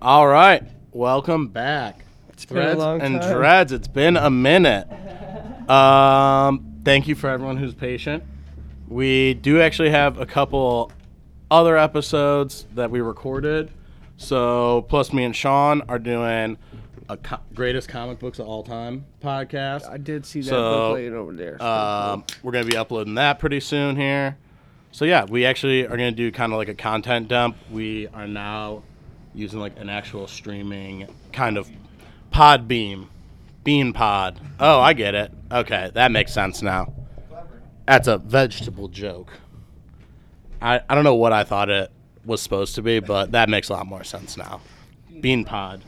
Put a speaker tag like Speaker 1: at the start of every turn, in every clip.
Speaker 1: All right, welcome back. It's
Speaker 2: been a long
Speaker 1: and
Speaker 2: time.
Speaker 1: dreads. It's been a minute. Um, thank you for everyone who's patient. We do actually have a couple other episodes that we recorded. So, plus me and Sean are doing a co- greatest comic books of all time podcast.
Speaker 2: I did see that
Speaker 1: So,
Speaker 2: book laying over there.
Speaker 1: Um, we're gonna be uploading that pretty soon here. So yeah, we actually are gonna do kind of like a content dump. We are now using like an actual streaming kind of pod beam, bean pod. Oh, I get it. Okay, that makes sense now. That's a vegetable joke. I, I don't know what I thought it was supposed to be, but that makes a lot more sense now. Bean pod.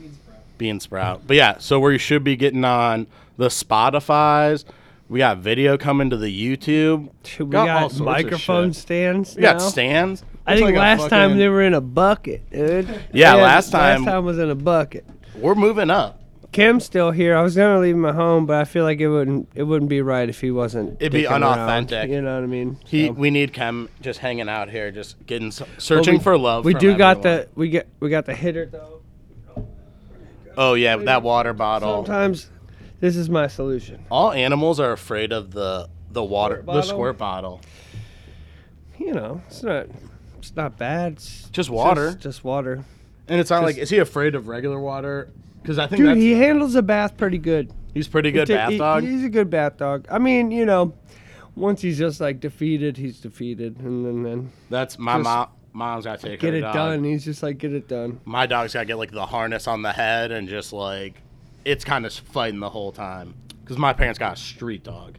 Speaker 1: Bean sprout. But yeah, so we should be getting on the Spotify's. We got video coming to the YouTube.
Speaker 2: Should we
Speaker 1: got
Speaker 2: got,
Speaker 1: all sorts of
Speaker 2: microphone
Speaker 1: shit.
Speaker 2: stands.
Speaker 1: We got
Speaker 2: now?
Speaker 1: stands.
Speaker 2: I
Speaker 1: Looks like
Speaker 2: think
Speaker 1: a
Speaker 2: last time
Speaker 1: fucking-
Speaker 2: they were in a bucket, dude.
Speaker 1: Yeah, last time-
Speaker 2: Last time was in a bucket.
Speaker 1: we're moving up.
Speaker 2: Kim's still here. I was gonna leave him at home, but I feel like it wouldn't it wouldn't be right if he wasn't.
Speaker 1: It'd be
Speaker 2: dicking around,
Speaker 1: unauthentic.
Speaker 2: you know what I mean?
Speaker 1: He,
Speaker 2: So-
Speaker 1: we need Kem just hanging out here, just getting s-
Speaker 2: But
Speaker 1: searching
Speaker 2: we-
Speaker 1: for love.
Speaker 2: We
Speaker 1: from
Speaker 2: do got
Speaker 1: everyone.
Speaker 2: the we get we got the hitter though.
Speaker 1: Oh yeah, that water bottle.
Speaker 2: Sometimes this is my solution.
Speaker 1: All animals are afraid of the the water,
Speaker 2: Squirt
Speaker 1: the
Speaker 2: bottle?
Speaker 1: squirt bottle.
Speaker 2: You know, it's not it's not bad. It's
Speaker 1: Just water.
Speaker 2: Just, just water.
Speaker 1: And it's not
Speaker 2: Just-
Speaker 1: like is he afraid of regular water? Because I think
Speaker 2: Dude,
Speaker 1: that's,
Speaker 2: he handles the bath pretty good.
Speaker 1: he's pretty good
Speaker 2: He ta-
Speaker 1: bath
Speaker 2: he-
Speaker 1: dog.
Speaker 2: He's a good bath dog. I mean, you know, once he's just like defeated, he's defeated, and then, then
Speaker 1: That's my
Speaker 2: Just
Speaker 1: mom. Mom's gotta take
Speaker 2: get
Speaker 1: her
Speaker 2: it
Speaker 1: dog.
Speaker 2: done. He's just like get it done.
Speaker 1: My dog's gotta get like the harness on the head and just like it's kind of fighting the whole time. Because my parents got a street dog.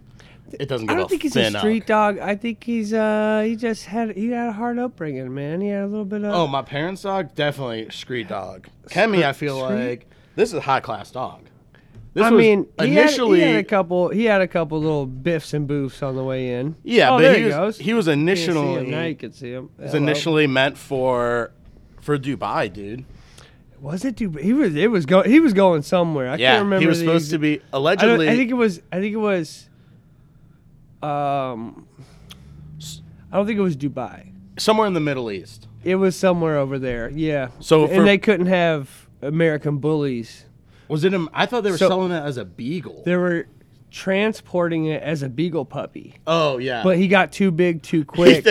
Speaker 1: It doesn't.
Speaker 2: I
Speaker 1: Give
Speaker 2: don't think he's a street dog. I think he's uh he just had he had a hard upbringing, man. He had a little bit of
Speaker 1: Oh, my parents' dog definitely street dog. Kemi, I feel
Speaker 2: Street?
Speaker 1: like this is a high class dog. This
Speaker 2: I
Speaker 1: was
Speaker 2: mean, he had-
Speaker 1: initially,
Speaker 2: he had, a couple. He had a couple little biffs and boofs on the way in.
Speaker 1: yeah,
Speaker 2: oh,
Speaker 1: but
Speaker 2: there
Speaker 1: he, was,
Speaker 2: goes.
Speaker 1: he was
Speaker 2: You can't see him.
Speaker 1: initially
Speaker 2: Now you can see him.
Speaker 1: was
Speaker 2: Hello.
Speaker 1: initially meant for for Dubai, dude.
Speaker 2: was it? Dude, he was. It was going. He was going somewhere. I
Speaker 1: yeah,
Speaker 2: can't remember.
Speaker 1: he was
Speaker 2: the
Speaker 1: supposed
Speaker 2: exa-
Speaker 1: to be
Speaker 2: I, don't-
Speaker 1: allegedly.
Speaker 2: I think it was. I think it was. Um, I don't think it was Dubai.
Speaker 1: somewhere in the Middle East.
Speaker 2: It was somewhere over there. Yeah.
Speaker 1: So
Speaker 2: and
Speaker 1: for-
Speaker 2: they couldn't have American bullies.
Speaker 1: Was it? Him? I thought they were
Speaker 2: So-
Speaker 1: selling it as a beagle.
Speaker 2: They were transporting it as a beagle puppy,
Speaker 1: Oh yeah,
Speaker 2: but he got too big too quick.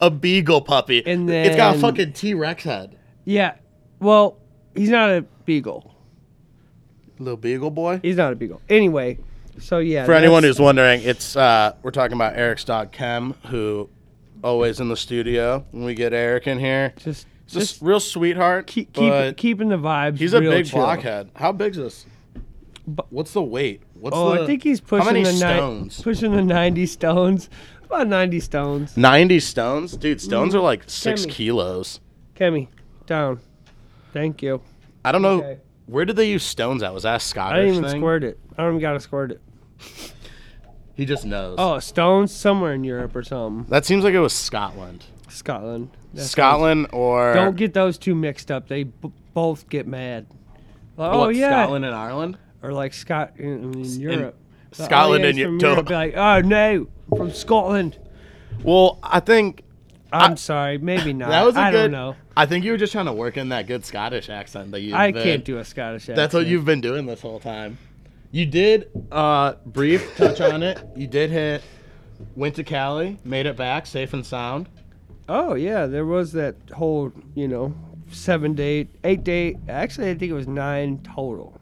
Speaker 1: a beagle puppy.
Speaker 2: And
Speaker 1: it's got a
Speaker 2: then-
Speaker 1: fucking T Rex head.
Speaker 2: yeah. Well, he's not a beagle.
Speaker 1: Little beagle boy.
Speaker 2: He's not a beagle. Anyway, so yeah.
Speaker 1: For anyone
Speaker 2: that's-
Speaker 1: who's wondering, it's uh, we're talking about Eric's dog Kem, who always in the studio when we get Eric in here.
Speaker 2: just
Speaker 1: He's
Speaker 2: just
Speaker 1: just real sweetheart.
Speaker 2: keep,
Speaker 1: but
Speaker 2: keep keeping the vibes.
Speaker 1: he's a
Speaker 2: real
Speaker 1: big
Speaker 2: chill.
Speaker 1: blockhead. How big's this?
Speaker 2: Bu-
Speaker 1: What's the weight? What's
Speaker 2: Oh,
Speaker 1: the,
Speaker 2: I think he's pushing
Speaker 1: how many
Speaker 2: the ni-
Speaker 1: stones?
Speaker 2: pushing the ninety stones. About ninety stones.
Speaker 1: Ninety stones, dude.
Speaker 2: Mm.
Speaker 1: Stones are like six
Speaker 2: Kemi.
Speaker 1: kilos.
Speaker 2: Kemi, down. Thank you.
Speaker 1: I don't know
Speaker 2: Okay.
Speaker 1: where did they use stones at. Was that a Scottish
Speaker 2: I didn't even
Speaker 1: Oh, thing?
Speaker 2: squirt it. I don't even gotta squirt it.
Speaker 1: He just knows.
Speaker 2: Oh, stones somewhere in Europe or something.
Speaker 1: that seems like it was Scotland.
Speaker 2: Scotland. That sounds-
Speaker 1: Scotland or
Speaker 2: Don't get those two mixed up. They b- both get mad. Like, oh
Speaker 1: what,
Speaker 2: yeah,
Speaker 1: Scotland and Ireland.
Speaker 2: or like Scot in, in Europe. Like,
Speaker 1: Scotland
Speaker 2: oh, yeah,
Speaker 1: and
Speaker 2: he's from
Speaker 1: Eu-
Speaker 2: Europe. Be like, oh no, from Scotland.
Speaker 1: Well, I think
Speaker 2: I'm sorry, maybe not.
Speaker 1: that was a
Speaker 2: I
Speaker 1: good.
Speaker 2: don't know.
Speaker 1: I think you were just trying to work in that good Scottish accent that you.
Speaker 2: I can't do a Scottish accent.
Speaker 1: That's what you've been doing this whole time. You did uh brief touch on it. You did hit. Went to Cali, made it back safe and sound.
Speaker 2: Oh yeah, there was that whole you know seven day, eight day. Actually, I think it was nine total.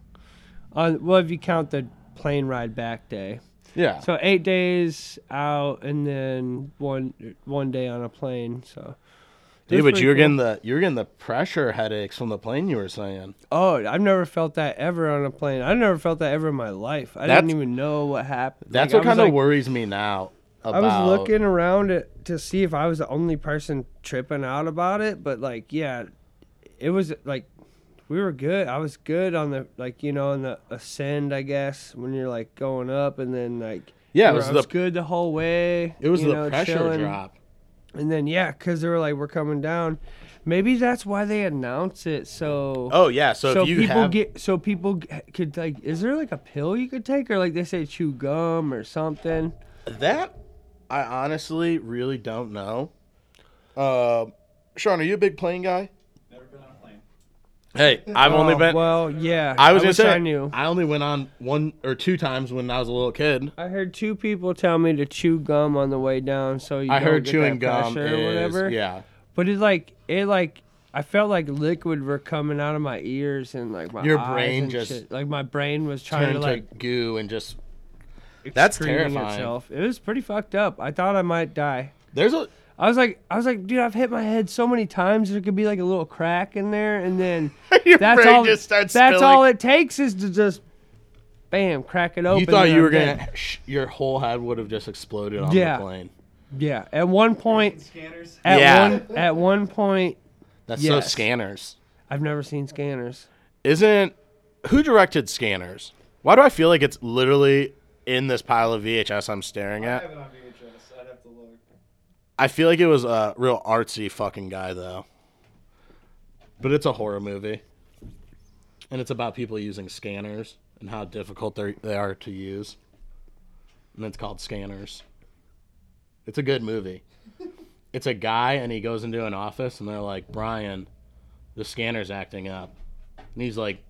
Speaker 2: On well, if you count the plane ride back day,
Speaker 1: Yeah.
Speaker 2: so eight days out and then one one day on a plane. So it
Speaker 1: Dude,
Speaker 2: was
Speaker 1: but
Speaker 2: pretty
Speaker 1: you were
Speaker 2: cool.
Speaker 1: getting the you were getting the pressure headaches from the plane. You were saying
Speaker 2: Oh, I've never felt that ever on a plane. I've never felt that ever in my life. I
Speaker 1: That's-
Speaker 2: didn't even know what happened.
Speaker 1: that's
Speaker 2: Like,
Speaker 1: what
Speaker 2: I was
Speaker 1: kind of
Speaker 2: like-
Speaker 1: worries me now.
Speaker 2: I
Speaker 1: About
Speaker 2: was looking around at, to see if I was the only person tripping out about it, but like, yeah, it was like we were good. I was good on the like you know on the ascend, I guess, when you're like going up and then like
Speaker 1: Yeah, it
Speaker 2: we were-
Speaker 1: was
Speaker 2: I
Speaker 1: the-
Speaker 2: good the whole way.
Speaker 1: It was
Speaker 2: you
Speaker 1: the
Speaker 2: know,
Speaker 1: pressure
Speaker 2: chilling.
Speaker 1: drop.
Speaker 2: and then yeah, because they were like we're coming down. Maybe that's why they announce it. So
Speaker 1: Oh yeah, so, if you
Speaker 2: people
Speaker 1: have
Speaker 2: get so people g- could like is there like a pill you could take or like they say chew gum or something.
Speaker 1: That I honestly really don't know. Uh, Sean, are you a big plane guy? Hey, I've only
Speaker 2: Oh,
Speaker 1: been.
Speaker 2: Well, yeah.
Speaker 1: I was gonna
Speaker 2: wish
Speaker 1: say
Speaker 2: I knew.
Speaker 1: I only went on one or two times when I was a little kid.
Speaker 2: I heard two people tell me to chew gum on the way down, so you
Speaker 1: I
Speaker 2: don't
Speaker 1: heard
Speaker 2: get
Speaker 1: chewing
Speaker 2: that
Speaker 1: gum
Speaker 2: pressure
Speaker 1: is
Speaker 2: or whatever.
Speaker 1: yeah.
Speaker 2: But it like it like I felt like liquid were coming out of my ears and like my
Speaker 1: Your
Speaker 2: eyes
Speaker 1: brain
Speaker 2: and
Speaker 1: just
Speaker 2: shit. like my brain was trying
Speaker 1: Turned
Speaker 2: to
Speaker 1: to
Speaker 2: like
Speaker 1: goo and just That's
Speaker 2: excreting
Speaker 1: terrifying.
Speaker 2: Itself. It was pretty fucked up. I thought I might die.
Speaker 1: there's a
Speaker 2: I was like, I was like, dude, I've hit my head so many times. There could be like a little crack in there, and then
Speaker 1: your
Speaker 2: that's
Speaker 1: brain
Speaker 2: all.
Speaker 1: just starts.
Speaker 2: that's
Speaker 1: spilling.
Speaker 2: all it takes is to just, bam, crack it open.
Speaker 1: You thought
Speaker 2: and
Speaker 1: you
Speaker 2: I'm
Speaker 1: were
Speaker 2: dead.
Speaker 1: gonna sh- your whole head would have just exploded on
Speaker 2: Yeah.
Speaker 1: the plane.
Speaker 2: Yeah. At one point,
Speaker 3: Scanners.
Speaker 2: at
Speaker 1: Yeah.
Speaker 2: one, at one point,
Speaker 1: That's so
Speaker 2: Yes.
Speaker 1: scanners.
Speaker 2: I've never seen scanners.
Speaker 1: Isn't who directed scanners? Why do I feel like it's literally in this pile of VHS I'm staring
Speaker 3: I
Speaker 1: at?
Speaker 3: have it on VHS. I'd have to look.
Speaker 1: I feel like it was a real artsy fucking guy though. But it's a horror movie. And it's about people using scanners and how difficult they they are to use. And it's called Scanners. It's a good movie. It's a guy and he goes into an office and they're like, "Brian, the scanner's acting up." And he's like,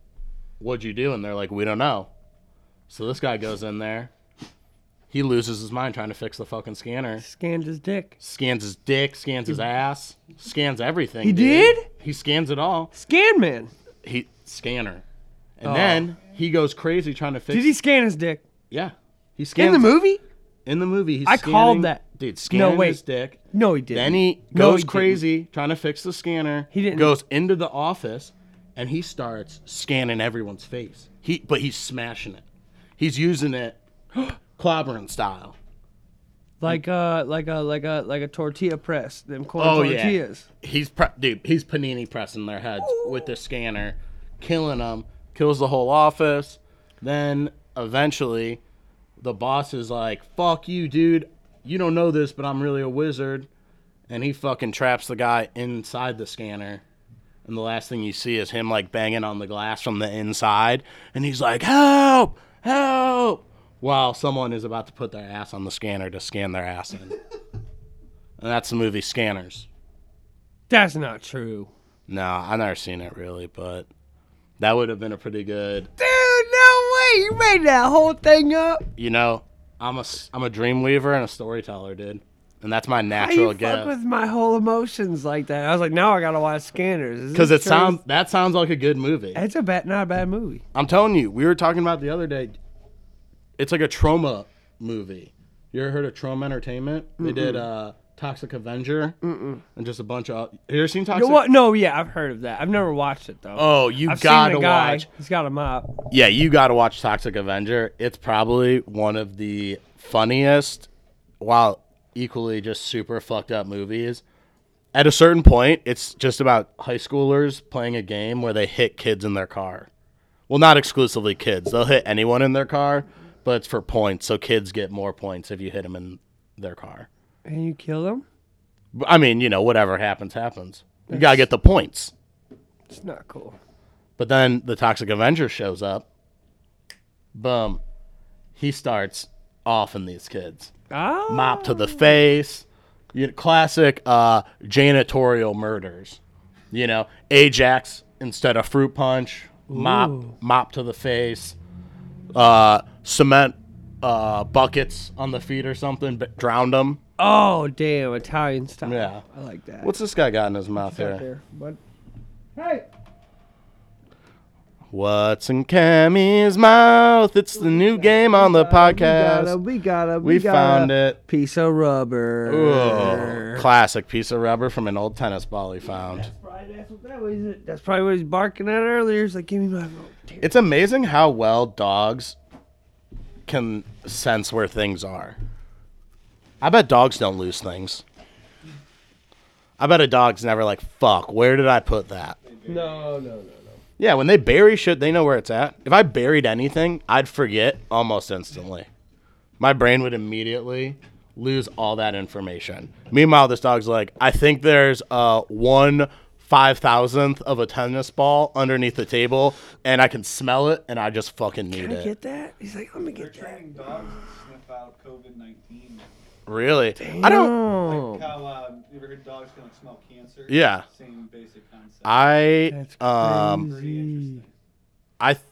Speaker 1: "What'd you do?" And they're like, "We don't know." So this guy goes in there. He loses his mind trying to fix the fucking scanner
Speaker 2: Scanned his dick.
Speaker 1: scans his dick, scans his ass, scans everything.
Speaker 2: He
Speaker 1: dude.
Speaker 2: did?
Speaker 1: He scans it all.
Speaker 2: Scan man.
Speaker 1: He scanner, and then he goes crazy trying to fix.
Speaker 2: Oh. Did he scan his dick
Speaker 1: Yeah, he scans
Speaker 2: in the movie?
Speaker 1: In the movie, he's
Speaker 2: I called
Speaker 1: scanning-
Speaker 2: that.
Speaker 1: dude. Scanning
Speaker 2: wait.
Speaker 1: his dick.
Speaker 2: No, he didn't.
Speaker 1: Then he
Speaker 2: No,
Speaker 1: goes
Speaker 2: he didn't.
Speaker 1: crazy trying to fix the scanner.
Speaker 2: He didn't.
Speaker 1: Goes into the office, and he starts scanning everyone's face. He but he's smashing it. He's using it, clobbering style.
Speaker 2: like uh like a like a like a tortilla press. Them corn
Speaker 1: Oh, yeah.
Speaker 2: tortillas.
Speaker 1: He's pre- dude. He's panini pressing their heads with the scanner, killing them. Kills the whole office. Then eventually, the boss is like, "Fuck you, dude. You don't know this, but I'm really a wizard." And he fucking traps the guy inside the scanner. And the last thing you see is him like banging on the glass from the inside, and he's like, "Help! Help!" While someone is about to put their ass on the scanner to scan their ass in. and that's the movie Scanners.
Speaker 2: That's not true.
Speaker 1: No, I never seen it really, but that would have been a pretty good.
Speaker 2: Dude, no way! You made that whole thing up.
Speaker 1: You know, I'm a s- I'm a dream weaver and a storyteller, dude, and that's my
Speaker 2: How you
Speaker 1: natural
Speaker 2: fuck
Speaker 1: gift.
Speaker 2: with my whole emotions like that? I was like, now I gotta watch scanners. Is
Speaker 1: Because
Speaker 2: this
Speaker 1: it
Speaker 2: true?
Speaker 1: sounds that sounds like a good movie.
Speaker 2: It's a bad, not a bad movie.
Speaker 1: I'm telling you, we were talking about the other day. It's like a trauma movie. You ever heard of Trauma Entertainment? They did uh, Toxic Avenger and just a bunch of. Have you ever seen Toxic?
Speaker 2: No, what? No, yeah, I've heard of that. I've never watched it though.
Speaker 1: Oh, you
Speaker 2: I've
Speaker 1: gotta
Speaker 2: seen the guy.
Speaker 1: watch.
Speaker 2: He's got a mop.
Speaker 1: Yeah, you got to watch Toxic Avenger. It's probably one of the funniest, while equally just super fucked up movies. At a certain point, it's just about high schoolers playing a game where they hit kids in their car. Well, not exclusively kids. They'll hit anyone in their car, but it's for points. So kids get more points if you hit them in their car.
Speaker 2: And you kill him?
Speaker 1: B- I mean, you know, whatever happens, happens. You got to get the points.
Speaker 2: It's not cool.
Speaker 1: But then the Toxic Avenger shows up. Boom. He starts offing these kids.
Speaker 2: Ah,
Speaker 1: Mop to the face. You know, classic uh, janitorial murders. You know, Ajax instead of fruit punch. Mop,
Speaker 2: Ooh.
Speaker 1: mop to the face. Uh, cement uh, buckets on the feet or something, but drowned them.
Speaker 2: Oh damn, Italian style.
Speaker 1: Yeah.
Speaker 2: I like that.
Speaker 1: What's this guy got in his mouth here?
Speaker 2: out there? What? Hey,
Speaker 1: What's in Cammy's mouth? It's the new game on the podcast.
Speaker 2: we got a,
Speaker 1: We, found it.
Speaker 2: piece of rubber.
Speaker 1: Ooh, classic piece of rubber from an old tennis ball he found.
Speaker 2: Probably That's what that was. That's probably what he's barking at earlier. He's like, "Give me my rope." Damn.
Speaker 1: It's amazing how well dogs can sense where things are. I bet dogs don't lose things. I bet a dog's never like, fuck, where did I put that?
Speaker 2: No, no, no, no.
Speaker 1: Yeah, when they bury shit, they know where it's at. If I buried anything, I'd forget almost instantly. My brain would immediately lose all that information. Meanwhile, this dog's like, I think there's uh, one five thousandth of a tennis ball underneath the table, and I can smell it, and I just fucking need
Speaker 2: Can I
Speaker 1: it.
Speaker 2: get that? He's like, "Let me
Speaker 3: They're
Speaker 2: get that."
Speaker 3: training dogs to sniff out COVID 19.
Speaker 1: Really? I don't.
Speaker 2: Damn.
Speaker 3: Like how um, you ever heard dogs can like smell cancer?
Speaker 1: Oh. Yeah.
Speaker 3: Same basic concept.
Speaker 1: I
Speaker 2: That's
Speaker 1: um
Speaker 3: Pretty interesting.
Speaker 1: I th-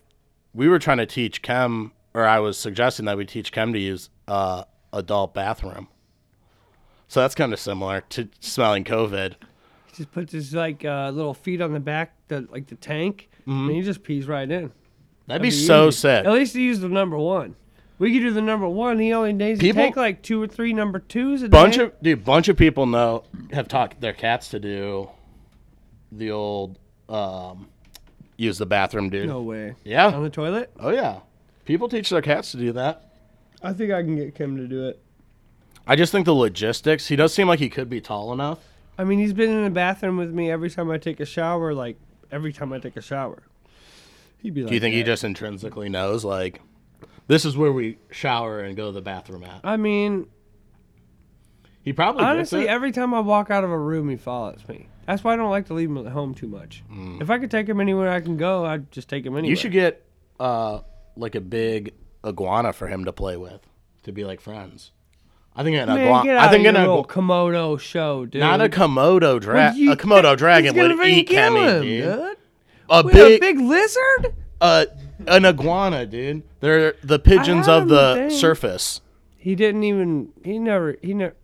Speaker 1: we were trying to teach Chem, or I was suggesting that we teach Chem to use uh adult bathroom. So that's kind of similar to smelling COVID.
Speaker 2: He just puts his like uh, little feet on the back, the like the tank,
Speaker 1: Mm-hmm.
Speaker 2: and he just pees right in.
Speaker 1: That'd be so
Speaker 2: easy.
Speaker 1: sick.
Speaker 2: At least he used the number one. We could do the number one. He only needs
Speaker 1: People-
Speaker 2: to take like two or three number twos a
Speaker 1: bunch
Speaker 2: day.
Speaker 1: of dude, bunch of people know have taught their cats to do the old um use the bathroom, dude.
Speaker 2: no way on
Speaker 1: Yeah.
Speaker 2: the toilet.
Speaker 1: Oh yeah. People teach their cats to do that.
Speaker 2: I think I can get Kim to do it.
Speaker 1: I just think the logistics. He does seem like he could be tall enough.
Speaker 2: I mean, he's been in the bathroom with me every time I take a shower. Like every time I take a shower, he'd be like,
Speaker 1: Do you think he
Speaker 2: that.
Speaker 1: just intrinsically knows like this is where we shower and go to the bathroom at?
Speaker 2: I mean,
Speaker 1: He probably
Speaker 2: honestly,
Speaker 1: gets it.
Speaker 2: every time I walk out of a room, he follows me. That's why I don't like to leave him at home too much. If I could take him anywhere I can go, I'd just take him anywhere.
Speaker 1: Mm. you should get uh like a big iguana for him to play with to be like friends. I think an
Speaker 2: Man, get
Speaker 1: iguana.
Speaker 2: out
Speaker 1: I think
Speaker 2: of
Speaker 1: an
Speaker 2: your
Speaker 1: iguana.
Speaker 2: little Komodo show, dude.
Speaker 1: Not a Komodo
Speaker 2: Well,
Speaker 1: dragon.
Speaker 2: you-
Speaker 1: A Komodo
Speaker 2: he's
Speaker 1: dragon
Speaker 2: gonna
Speaker 1: would
Speaker 2: freaking
Speaker 1: eat
Speaker 2: kill
Speaker 1: Kemi,
Speaker 2: him,
Speaker 1: dude.
Speaker 2: dude.
Speaker 1: A
Speaker 2: With
Speaker 1: big,
Speaker 2: a big lizard?
Speaker 1: uh, an iguana, dude. They're the pigeons
Speaker 2: have
Speaker 1: of the
Speaker 2: him, dang.
Speaker 1: surface.
Speaker 2: He didn't even. He never. He never.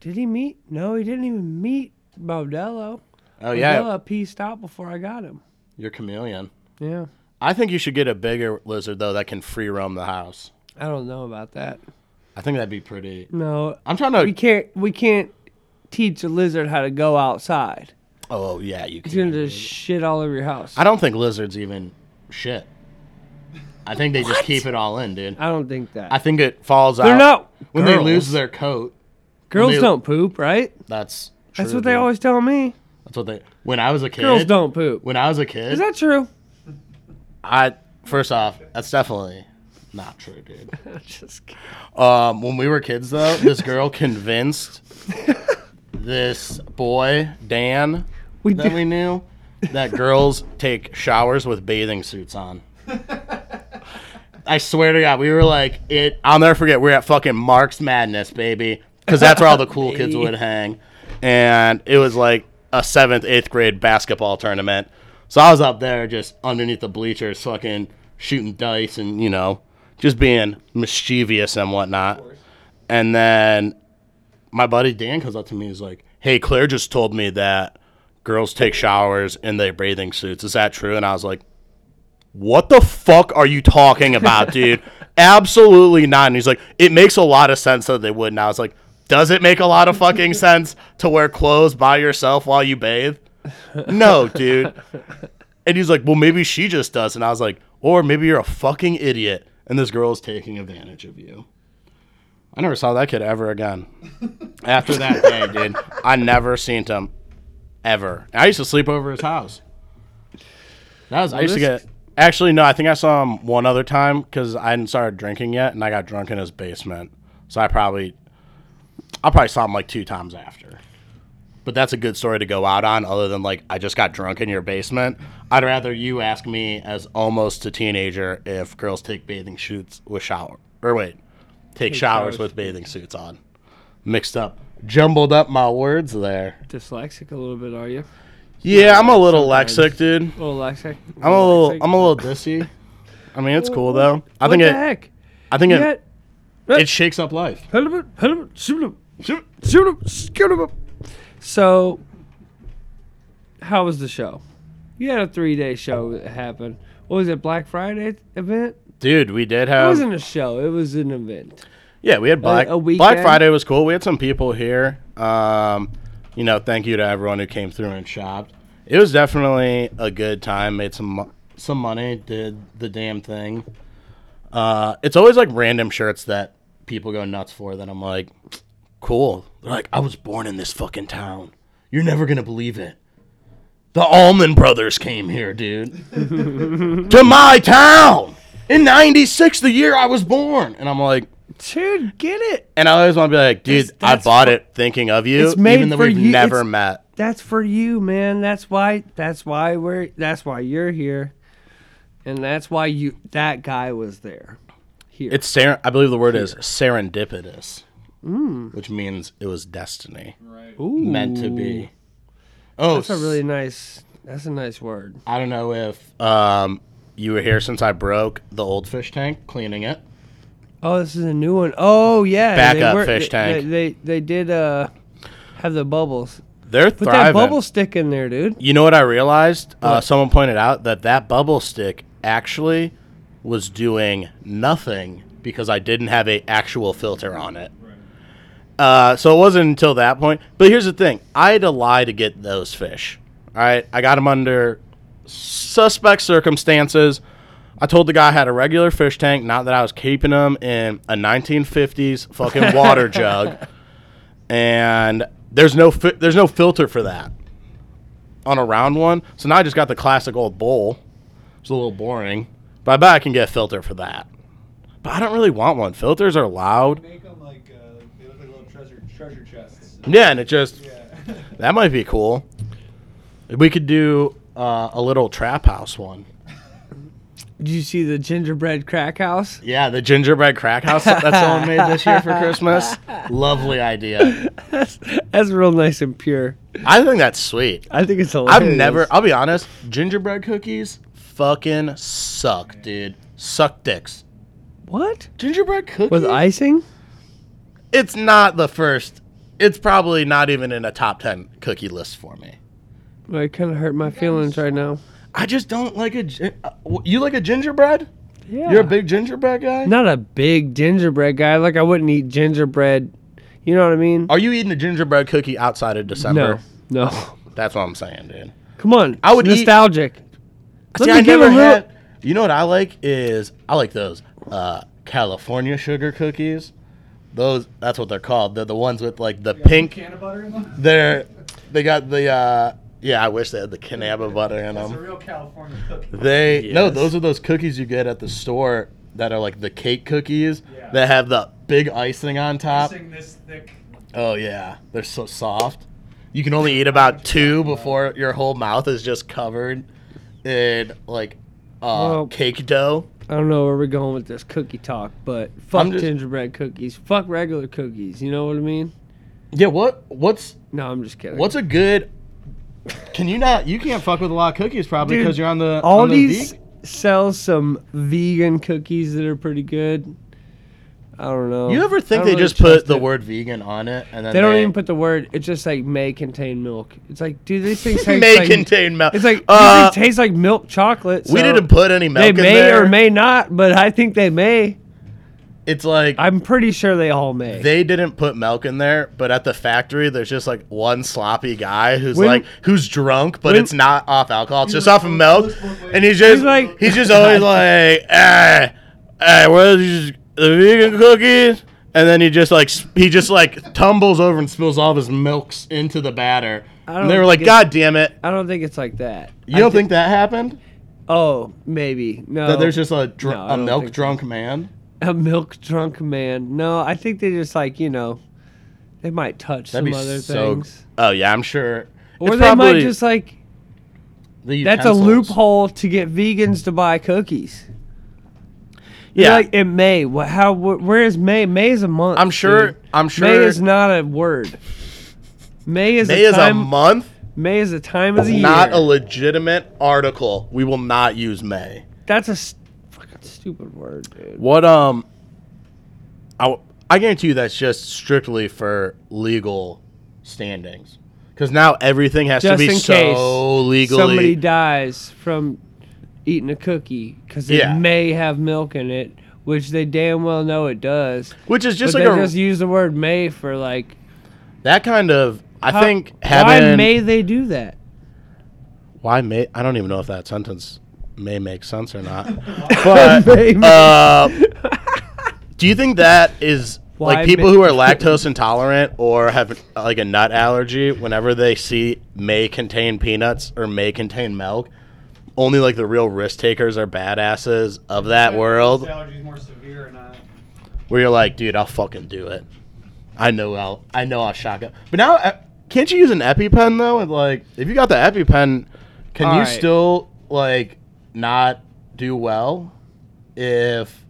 Speaker 2: Did he meet? No, he didn't even meet Modelo.
Speaker 1: Oh yeah,
Speaker 2: Modelo pieced out before I got him.
Speaker 1: you're chameleon.
Speaker 2: Yeah.
Speaker 1: I think you should get a bigger lizard though that can free roam the house.
Speaker 2: I don't know about that.
Speaker 1: I think that'd be pretty.
Speaker 2: No,
Speaker 1: I'm trying to.
Speaker 2: we can't. We can't teach a lizard how to go outside.
Speaker 1: oh yeah, you
Speaker 2: He's gonna
Speaker 1: can.
Speaker 2: just shit all over your house.
Speaker 1: I don't think lizards even shit. I think they just keep it all in, dude.
Speaker 2: I don't think that.
Speaker 1: I think it falls
Speaker 2: They're
Speaker 1: out
Speaker 2: not
Speaker 1: when
Speaker 2: girls.
Speaker 1: they lose their coat.
Speaker 2: Girls
Speaker 1: they-
Speaker 2: don't poop, right?
Speaker 1: That's true,
Speaker 2: That's what they
Speaker 1: dude.
Speaker 2: always tell me.
Speaker 1: That's what they. When I was a kid,
Speaker 2: Girls don't poop.
Speaker 1: When I was a kid,
Speaker 2: Is that true?
Speaker 1: I first off, that's definitely not true, dude.
Speaker 2: just kidding.
Speaker 1: Um, when we were kids, though, this girl convinced this boy Dan
Speaker 2: We
Speaker 1: that
Speaker 2: do.
Speaker 1: we knew that girls take showers with bathing suits on. I swear to God, we were like it. I'll never forget. We were at fucking Mark's Madness, baby, because that's where all the cool kids would hang, and it was like a seventh, eighth grade basketball tournament. So I was up there just underneath the bleachers, fucking shooting dice, and you know, just being mischievous and whatnot. And then my buddy Dan comes up to me. He's like, "Hey, Claire just told me that girls take showers in their bathing suits. Is that true?" And I was like, "What the fuck are you talking about, dude? Absolutely not." And he's like, "It makes a lot of sense that they would." And I was like, "Does it make a lot of fucking sense to wear clothes by yourself while you bathe?" No, dude. And he's like, "Well, maybe she just does." And I was like, "Or maybe you're a fucking idiot, and this girl is taking advantage of you." I never saw that kid ever again. After that day, dude, I never seen him ever. I used to sleep over his house. That was I used to
Speaker 2: this-
Speaker 1: get. Actually, no, I think I saw him one other time because I hadn't started drinking yet, and I got drunk in his basement. So I probably, I probably saw him like two times after. But that's a good story to go out on, other than like I just got drunk in your basement. I'd rather you ask me as almost a teenager if girls take bathing suits with shower or wait, take, showers,
Speaker 2: showers.
Speaker 1: with bathing suits on. Mixed up, jumbled up my words there.
Speaker 2: dyslexic a little bit, are you?
Speaker 1: Yeah, I'm a little
Speaker 2: sometimes.
Speaker 1: lexic, dude.
Speaker 2: A little dyslexic.
Speaker 1: I'm a little, I'm a little dissy. I mean, it's cool though. I think
Speaker 2: what the
Speaker 1: it,
Speaker 2: heck?
Speaker 1: I think
Speaker 2: Yeah.
Speaker 1: it, it shakes up life.
Speaker 2: Hit 'em up, hit 'em up, shoot 'em up, shoot 'em up, shoot 'em up, shoot 'em up. So, how was the show? You had a three day show that happened. What was it, Black Friday event?
Speaker 1: Dude, we did
Speaker 2: It
Speaker 1: have
Speaker 2: wasn't a show, it was an event.
Speaker 1: Yeah, we had Black
Speaker 2: a
Speaker 1: Black
Speaker 2: weekend?
Speaker 1: Friday was cool. We had some people here. Um, you know, thank you to everyone who came through and shopped. It was definitely a good time. Made some mo- some money. Did the damn thing. Uh, it's always like random shirts that people go nuts for. That I'm like, cool. They're like, I was born in this fucking town. You're never gonna believe it. The Allman Brothers came here, dude to my town in 96 the year i was born and i'm like
Speaker 2: Dude, get it.
Speaker 1: and i always want to be like dude
Speaker 2: That's-
Speaker 1: i
Speaker 2: that's
Speaker 1: bought it thinking of you
Speaker 2: It's made
Speaker 1: even though
Speaker 2: for
Speaker 1: we've
Speaker 2: you-
Speaker 1: never
Speaker 2: it's-
Speaker 1: met
Speaker 2: That's for you, man. That's why. That's why we're. That's why you're here, and that's why you. That guy was there. Here.
Speaker 1: it's ser- i believe the word is serendipitous
Speaker 2: Mm.
Speaker 1: which means it was destiny
Speaker 3: Right.
Speaker 2: Ooh.
Speaker 1: meant to be. Oh,
Speaker 2: That's a really nice. That's a nice word.
Speaker 1: I don't know if um, you were here since I broke the old fish tank, cleaning it.
Speaker 2: Oh, this is a new one. Oh yeah, they
Speaker 1: Backup
Speaker 2: were-
Speaker 1: fish
Speaker 2: they- they-
Speaker 1: tank.
Speaker 2: They, they did uh have the bubbles.
Speaker 1: They're
Speaker 2: Put
Speaker 1: thriving.
Speaker 2: that bubble stick in there, dude.
Speaker 1: You know what I realized? Uh,
Speaker 2: What?
Speaker 1: someone pointed out that that bubble stick actually was doing nothing because I didn't have a actual filter on it.
Speaker 3: Right.
Speaker 1: Uh, so it wasn't until that point. But here's the thing: I had to lie to get those fish. All right, I got them under suspect circumstances. I told the guy I had a regular fish tank, not that I was keeping them in a 1950s fucking water jug. And there's no fi- there's no filter for that on a round one. So now I just got the classic old bowl. It's a little boring, but I bet I can get a filter for that. But I don't really want one. Filters are loud.
Speaker 3: Make them like uh, they look like little treasure treasure chests.
Speaker 1: Yeah, and it just
Speaker 3: Yeah.
Speaker 1: that might be cool. We could do uh, a little trap house one.
Speaker 2: Did you see the gingerbread crack house?
Speaker 1: Yeah, the gingerbread crack house that someone made this year for Christmas. Lovely idea.
Speaker 2: That's, that's real nice and pure.
Speaker 1: I think that's sweet.
Speaker 2: I think it's hilarious.
Speaker 1: I've never. I'll be honest. Gingerbread cookies fucking suck, dude. Suck dicks.
Speaker 2: What
Speaker 1: Gingerbread cookies
Speaker 2: with icing?
Speaker 1: it's not the first. It's probably not even in a top 10 cookie list for me.
Speaker 2: Well, it kind of hurt my feelings right now.
Speaker 1: I just don't like a. gin- uh, w- You like a gingerbread?
Speaker 2: Yeah.
Speaker 1: You're a big gingerbread guy?
Speaker 2: Not a big gingerbread guy. Like I wouldn't eat gingerbread. You know what I mean?
Speaker 1: Are you eating a gingerbread cookie outside of December?
Speaker 2: No. No.
Speaker 1: That's what I'm saying, dude.
Speaker 2: Come on.
Speaker 1: I would eat-
Speaker 2: nostalgic. Let
Speaker 1: See,
Speaker 2: me
Speaker 1: I
Speaker 2: give
Speaker 1: never
Speaker 2: a little-
Speaker 1: had. You know what I like is I like those uh, California sugar cookies. Those that's what they're called. They're the ones with like the
Speaker 3: You got
Speaker 1: pink.
Speaker 3: Can of butter in them.
Speaker 1: They're they got the uh, yeah. I wish they had the canaba butter in
Speaker 3: That's
Speaker 1: them.
Speaker 3: a real California cookie.
Speaker 1: They no,
Speaker 2: Yes.
Speaker 1: those are those cookies you get at the store that are like the cake cookies
Speaker 3: Yeah.
Speaker 1: that have the big icing on top.
Speaker 3: Sing this thick.
Speaker 1: Oh yeah, they're so soft. You can only eat about two before your whole mouth is just covered in like uh,
Speaker 2: Well-
Speaker 1: cake dough.
Speaker 2: I don't know where we're going with this cookie talk, but fuck
Speaker 1: just-
Speaker 2: gingerbread cookies. Fuck regular cookies. You know what I mean?
Speaker 1: Yeah, what what's
Speaker 2: No, I'm just kidding.
Speaker 1: what's a good? Can you not? You can't fuck with a lot of cookies probably
Speaker 2: Dude,
Speaker 1: because you're on
Speaker 2: Uh,
Speaker 1: the on the
Speaker 2: Aldi's
Speaker 1: veg-
Speaker 2: sells some vegan cookies that are pretty good. I don't know.
Speaker 1: You ever
Speaker 2: I
Speaker 1: think
Speaker 2: don't
Speaker 1: they
Speaker 2: really
Speaker 1: just put
Speaker 2: trust
Speaker 1: the
Speaker 2: it.
Speaker 1: word vegan on it and then
Speaker 2: They don't even put the word. It's just like may contain milk. It's like, dude, these things taste
Speaker 1: may
Speaker 2: like,
Speaker 1: contain milk?
Speaker 2: It's like
Speaker 1: Uh,
Speaker 2: these things taste like milk chocolate.
Speaker 1: we
Speaker 2: so
Speaker 1: didn't put any milk
Speaker 2: They
Speaker 1: in
Speaker 2: may
Speaker 1: there.
Speaker 2: or may not, but I think they may.
Speaker 1: It's like
Speaker 2: I'm pretty sure they all may.
Speaker 1: they didn't put milk in there, but at the factory, there's just like one sloppy guy who's
Speaker 2: When-
Speaker 1: like who's drunk, but
Speaker 2: when-
Speaker 1: it's not off alcohol, it's
Speaker 3: He's
Speaker 1: just
Speaker 3: like,
Speaker 1: off of milk, and he's
Speaker 2: He's
Speaker 1: just
Speaker 2: like-
Speaker 1: like he's just always like, hey, hey, where's these the vegan cookies? And then he just like s- he just like tumbles over and spills all of his milks into the batter.
Speaker 2: I
Speaker 1: And they
Speaker 2: don't
Speaker 1: were like,
Speaker 2: get-
Speaker 1: God damn it!
Speaker 2: I don't think it's like that.
Speaker 1: You
Speaker 2: I
Speaker 1: don't
Speaker 2: thi-
Speaker 1: think that happened?
Speaker 2: Oh, maybe no.
Speaker 1: That there's just a dr-
Speaker 2: No, I
Speaker 1: a
Speaker 2: don't
Speaker 1: milk
Speaker 2: think so.
Speaker 1: drunk man.
Speaker 2: a milk drunk man. No, I think they just like you know, they might touch
Speaker 1: That'd
Speaker 2: some
Speaker 1: be
Speaker 2: other
Speaker 1: so.
Speaker 2: things,
Speaker 1: Oh yeah, I'm sure.
Speaker 2: or
Speaker 1: It's
Speaker 2: they might
Speaker 1: probably
Speaker 2: just like
Speaker 1: the
Speaker 2: that's a
Speaker 1: utensils.
Speaker 2: loophole to get vegans to buy cookies. They're
Speaker 1: Yeah,
Speaker 2: like in May. What? How? Wh- where is May? May is a month.
Speaker 1: I'm sure.
Speaker 2: dude.
Speaker 1: I'm sure.
Speaker 2: May is not a word. May is
Speaker 1: May
Speaker 2: a
Speaker 1: is a
Speaker 2: time.
Speaker 1: month,
Speaker 2: May is a time of the
Speaker 1: not
Speaker 2: year.
Speaker 1: a legitimate article. We will not use May.
Speaker 2: that's a s- fucking stupid word, dude.
Speaker 1: What um, I w- I guarantee you that's just strictly for legal standings, because now everything has
Speaker 2: Just
Speaker 1: to be
Speaker 2: in
Speaker 1: so legally.
Speaker 2: Somebody dies from eating a cookie because it
Speaker 1: Yeah.
Speaker 2: may have milk in it, which they damn well know it does.
Speaker 1: which is just
Speaker 2: but
Speaker 1: like
Speaker 2: they
Speaker 1: a
Speaker 2: just use the word "may" for like.
Speaker 1: that kind of. I
Speaker 2: how-
Speaker 1: think
Speaker 2: why
Speaker 1: having
Speaker 2: may they do that?
Speaker 1: why may I don't even know if that sentence may make sense or not. but
Speaker 2: May make-
Speaker 1: uh, do you think that is
Speaker 2: Why
Speaker 1: like people
Speaker 2: may-
Speaker 1: who are lactose intolerant or have uh, like a nut allergy whenever they see may contain peanuts or may contain milk? Only like the real risk takers are badasses of that world,
Speaker 3: Allergies more severe or not?
Speaker 1: where you're like, dude, I'll fucking do it. I know I'll, I know I'll shock up. But now, uh, can't you use an EpiPen though? And like, if you got the EpiPen, can you
Speaker 2: Alright.
Speaker 1: still like not do well? If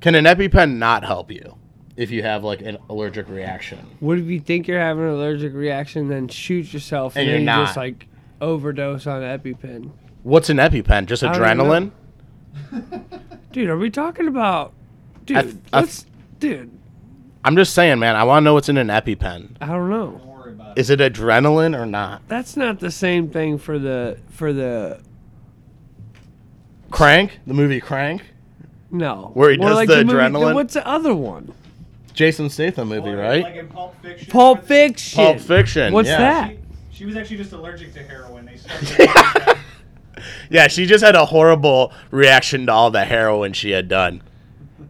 Speaker 1: can an EpiPen not help you? if you have like an allergic reaction.
Speaker 2: What if you think you're having an allergic reaction, then shoot yourself, and,
Speaker 1: And you're
Speaker 2: then you just
Speaker 1: not.
Speaker 2: like overdose on EpiPen?
Speaker 1: What's an EpiPen? Just
Speaker 2: I don't even
Speaker 1: adrenaline?
Speaker 2: Dude, are we talking about? Dude,
Speaker 1: I th- I th-
Speaker 2: let's. dude,
Speaker 1: I'm just saying, man. I want to know what's in an EpiPen.
Speaker 2: I don't know.
Speaker 3: Don't worry about it.
Speaker 1: Is it adrenaline or not?
Speaker 2: That's not the same thing for the for the
Speaker 1: Crank, the movie Crank,
Speaker 2: no.
Speaker 1: Where he
Speaker 2: More
Speaker 1: does the
Speaker 2: movie-
Speaker 1: adrenaline?
Speaker 2: what's the other one?
Speaker 1: Jason Statham movie,
Speaker 3: Or, Like
Speaker 1: right?
Speaker 3: in Pulp Fiction.
Speaker 2: Pulp
Speaker 3: where the-
Speaker 2: Fiction.
Speaker 1: Pulp Fiction.
Speaker 2: What's
Speaker 1: yeah.
Speaker 2: that?
Speaker 3: She, she was actually just allergic to heroin. They started.
Speaker 1: Yeah, she just had a horrible reaction to all the heroin she had done.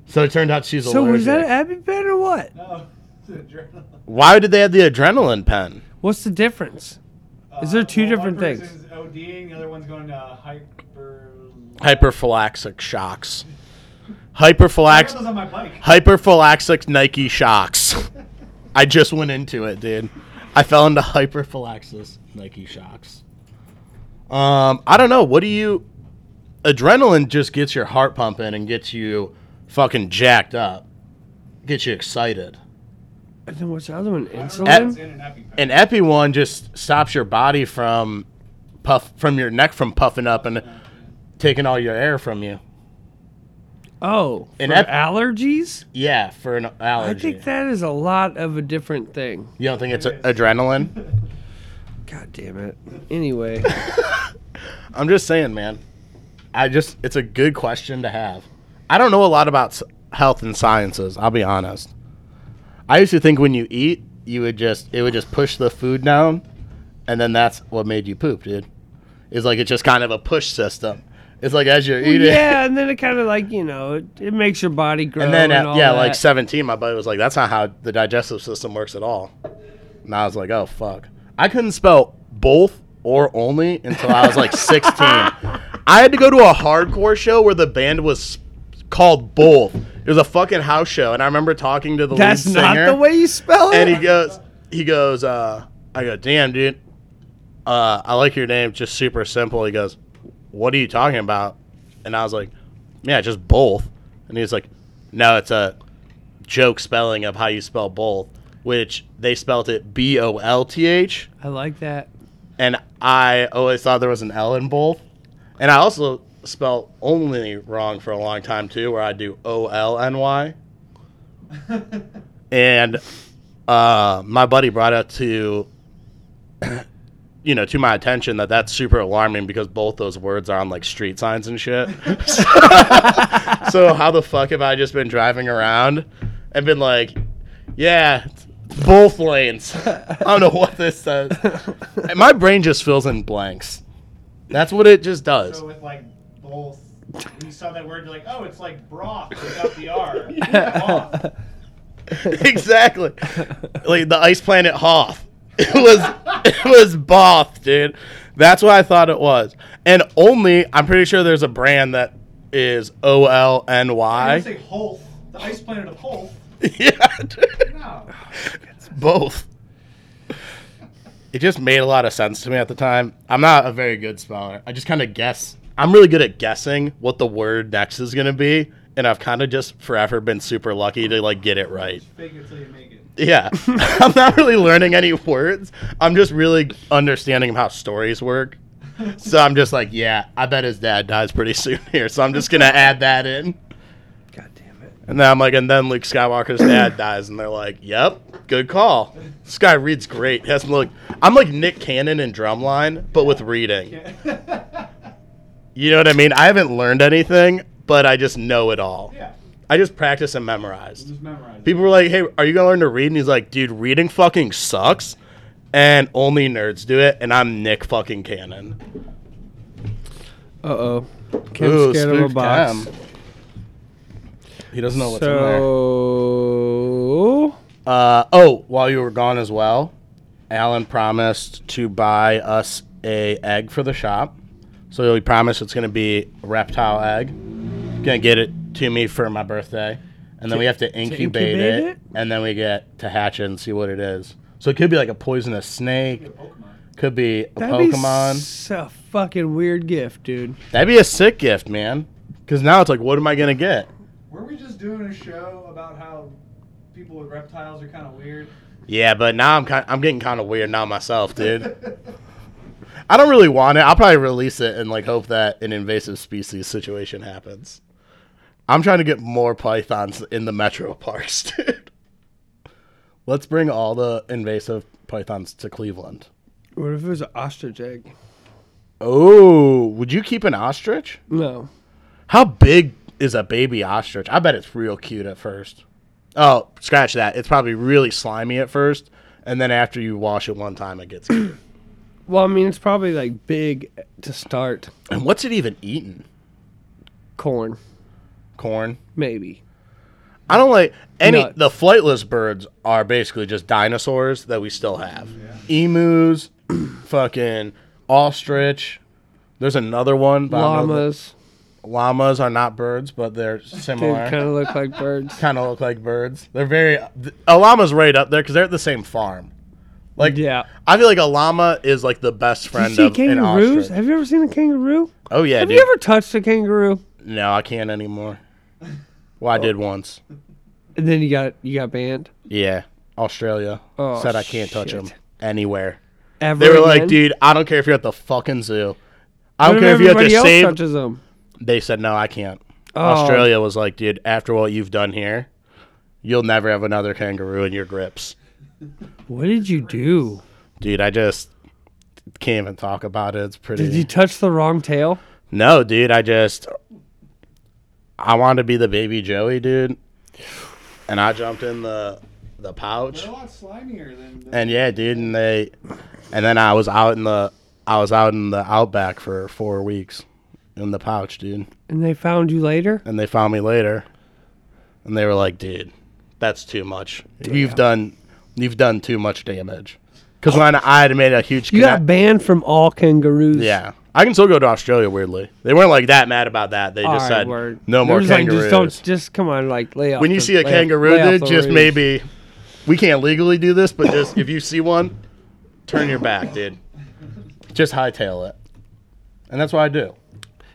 Speaker 1: So it turned out she's
Speaker 2: So
Speaker 1: allergic.
Speaker 2: was that an EpiPen or what?
Speaker 3: no, it's oh, adrenaline.
Speaker 1: Why did they have the adrenaline pen?
Speaker 2: What's the difference? Is there
Speaker 3: Uh,
Speaker 2: two
Speaker 3: well,
Speaker 2: different
Speaker 3: one
Speaker 2: things?
Speaker 3: person's ODing, the other one's going to hyper.
Speaker 1: Hyperphylaxic shocks.
Speaker 3: I got those
Speaker 1: Hyperphylax
Speaker 3: on my bike.
Speaker 1: hyperphylaxic Nike shocks. I just went into it, dude. I fell into hyperphylaxis Nike shocks. Um, I don't know. What do you? Adrenaline just gets your heart pumping and gets you fucking jacked up, gets you excited.
Speaker 2: And then what's the other one?
Speaker 3: I don't know if
Speaker 2: Insulin.
Speaker 3: it's in an EpiPen.
Speaker 1: an epi one just stops your body from puff from your neck from puffing up and taking all your air from you.
Speaker 2: Oh, for
Speaker 1: An ep-
Speaker 2: allergies.
Speaker 1: Yeah, for an
Speaker 2: I
Speaker 1: allergy.
Speaker 2: think that is a lot of a different thing.
Speaker 1: you don't think it's
Speaker 3: It is.
Speaker 1: adrenaline?
Speaker 2: God damn it. Anyway,
Speaker 1: I'm just saying, man. I just it's a good question to have. I don't know a lot about s- health and sciences. I'll be honest. I used to think when you eat, you would just it would just push the food down, and then that's what made you poop, dude. It's like it's just kind of a push system. It's like as you're
Speaker 2: Well,
Speaker 1: eating,
Speaker 2: yeah, and then it kind of like you know it, it makes your body grow
Speaker 1: and then at,
Speaker 2: all
Speaker 1: yeah,
Speaker 2: that.
Speaker 1: like 17, my buddy was like, "That's not how the digestive system works at all." And I was like, "Oh fuck!" I couldn't spell both or only until I was like 16. I had to go to a hardcore show where the band was called Both. It was a fucking house show, and I remember talking to the
Speaker 2: that's
Speaker 1: lead
Speaker 2: not
Speaker 1: singer,
Speaker 2: the way you spell it.
Speaker 1: and he goes, "He goes, uh, I go, damn, dude, uh, I like your name, just super simple." He goes, "What are you talking about?" And I was like, "Yeah, just both." And he's like, "No, it's a joke spelling of how you spell both, which they spelt it B O L T H,
Speaker 2: I like that.
Speaker 1: and I always thought there was an L in both, and I also spelled only wrong for a long time too, where I do O L N Y, and uh, my buddy brought it to, you know, to my attention that that's super alarming because both those words are on like street signs and shit. so how the fuck have I just been driving around and been like, yeah, it's both lanes? I don't know what this says. And my brain just fills in blanks. That's what it just does.
Speaker 3: So with like both, when you saw that word, you're like, oh, it's like broth without the R. Broth.
Speaker 1: exactly. Like the ice planet Hoth. It was it was Both, dude. That's what I thought it was. And only I'm pretty sure there's a brand that is O L N
Speaker 3: I didn't
Speaker 1: Y.
Speaker 3: say Hoth, the ice planet of Hoth.
Speaker 1: Yeah, dude.
Speaker 3: No.
Speaker 1: It's both. It just made a lot of sense to me at the time. I'm not a very good speller. I just kind of guess. I'm really good at guessing what the word next is going to be, and I've kind of just forever been super lucky to like get it right.
Speaker 3: Fake it till you make it.
Speaker 1: Yeah. I'm not really learning any words. I'm just really understanding how stories work. So I'm just like, yeah, I bet his dad dies pretty soon here. So I'm just going to add that in.
Speaker 2: God damn it.
Speaker 1: And then I'm like, and then Luke Skywalker's dad dies. And they're like, yep, good call. This guy reads great. He has like, I'm like Nick Cannon in Drumline, but with reading. You know what I mean? I haven't learned anything, but I just know it all.
Speaker 3: yeah.
Speaker 1: I just practice and memorized.
Speaker 3: Just memorize. it.
Speaker 1: People were like, "Hey, are you gonna learn to read?" And he's like, "Dude, reading fucking sucks, and only nerds do it." And I'm Nick fucking Cannon.
Speaker 2: Uh oh. Kim's scared of a
Speaker 1: spooked
Speaker 2: box.
Speaker 1: Cam. He doesn't know what's in
Speaker 2: So
Speaker 1: there. Uh, oh, while you were gone as well, Alan promised to buy us a egg for the shop. So he promised it's gonna be a reptile egg. Gonna get it to me for my birthday, and then we have to incubate,
Speaker 2: incubate
Speaker 1: it,
Speaker 2: it?
Speaker 1: and then we get to hatch it and see what it is. So it could be like a poisonous snake.
Speaker 3: Pokemon.
Speaker 1: Could be a
Speaker 2: that'd
Speaker 1: Pokemon.
Speaker 2: be s- a fucking weird gift, dude.
Speaker 1: That'd be a sick gift, man. Because now it's like, what am I gonna get?
Speaker 3: Were we just doing a show about how people with reptiles are kind of weird.
Speaker 1: Yeah, but now I'm kind I'm getting kind of weird now myself, dude. I don't really want it. I'll probably release it and like hope that an invasive species situation happens. I'm trying to get more pythons in the metro parks, dude. Let's bring all the invasive pythons to Cleveland.
Speaker 2: What if it was an ostrich egg?
Speaker 1: Oh, would you keep an ostrich?
Speaker 2: No.
Speaker 1: How big is a baby ostrich? I bet it's real cute at first. Oh, scratch that. It's probably really slimy at first, and then after you wash it one time, it gets cute.
Speaker 2: Well, I mean, it's probably like big to start.
Speaker 1: and what's it even eating?
Speaker 2: Corn,
Speaker 1: Corn.
Speaker 2: maybe.
Speaker 1: I don't like any.
Speaker 2: Nuts.
Speaker 1: The flightless birds are basically just dinosaurs that we still have. Emus, fucking ostrich. There's another one. but I don't know
Speaker 2: Llamas.
Speaker 1: the- Llamas are not birds, but they're
Speaker 2: Dude,
Speaker 1: similar.
Speaker 2: kind of look like birds.
Speaker 1: kind of look like birds. They're very. th- A llama's right up there because they're at the same farm. Like
Speaker 2: Yeah.
Speaker 1: I feel like a llama is like the best
Speaker 2: Do you
Speaker 1: friend
Speaker 2: see
Speaker 1: of an
Speaker 2: kangaroos?
Speaker 1: ostrich.
Speaker 2: Have you ever seen a kangaroo?
Speaker 1: Oh yeah,
Speaker 2: Have
Speaker 1: dude.
Speaker 2: you ever touched a kangaroo?
Speaker 1: no, I can't anymore. Well, I did
Speaker 2: Oh.
Speaker 1: once.
Speaker 2: And then you got you got banned.
Speaker 1: Yeah, Australia
Speaker 2: Oh,
Speaker 1: said I can't touch
Speaker 2: shit.
Speaker 1: them anywhere.
Speaker 2: Ever
Speaker 1: They were like,
Speaker 2: again?
Speaker 1: dude, I don't care if you're at the fucking zoo. I
Speaker 2: What
Speaker 1: don't care if you're at the
Speaker 2: everybody else
Speaker 1: same.
Speaker 2: touches them.
Speaker 1: They said, no, I can't.
Speaker 2: Oh.
Speaker 1: Australia was like, dude, after what you've done here, you'll never have another kangaroo in your grips.
Speaker 2: What did you do?
Speaker 1: Dude, I just can't even talk about it. It's pretty.
Speaker 2: Did you touch the wrong tail?
Speaker 1: no, dude, I just. I wanted to be the baby Joey, dude. And I jumped in the the pouch.
Speaker 3: They're a lot slimier than. than
Speaker 1: And yeah, dude, and they, and then I was out in the, I was out in the outback for four weeks, in the pouch, dude.
Speaker 2: And they found you later?
Speaker 1: And they found me later, and they were like, dude, that's too much. You've done, you've done too much damage. Because when I had made a huge,
Speaker 2: You
Speaker 1: connect-
Speaker 2: got banned from all kangaroos.
Speaker 1: yeah, I can still go to Australia. Weirdly, they weren't like that mad about that. They
Speaker 2: All
Speaker 1: just
Speaker 2: right,
Speaker 1: said
Speaker 2: word.
Speaker 1: no
Speaker 2: They're
Speaker 1: more
Speaker 2: just like,
Speaker 1: kangaroos.
Speaker 2: just don't, just come on, like lay off.
Speaker 1: when you
Speaker 2: the-
Speaker 1: see a
Speaker 2: lay off-
Speaker 1: kangaroo,
Speaker 2: lay off
Speaker 1: dude,
Speaker 2: the
Speaker 1: just
Speaker 2: ruse.
Speaker 1: maybe we can't legally do this, but just if you see one, turn your back, dude. Just hightail it, and that's what I do.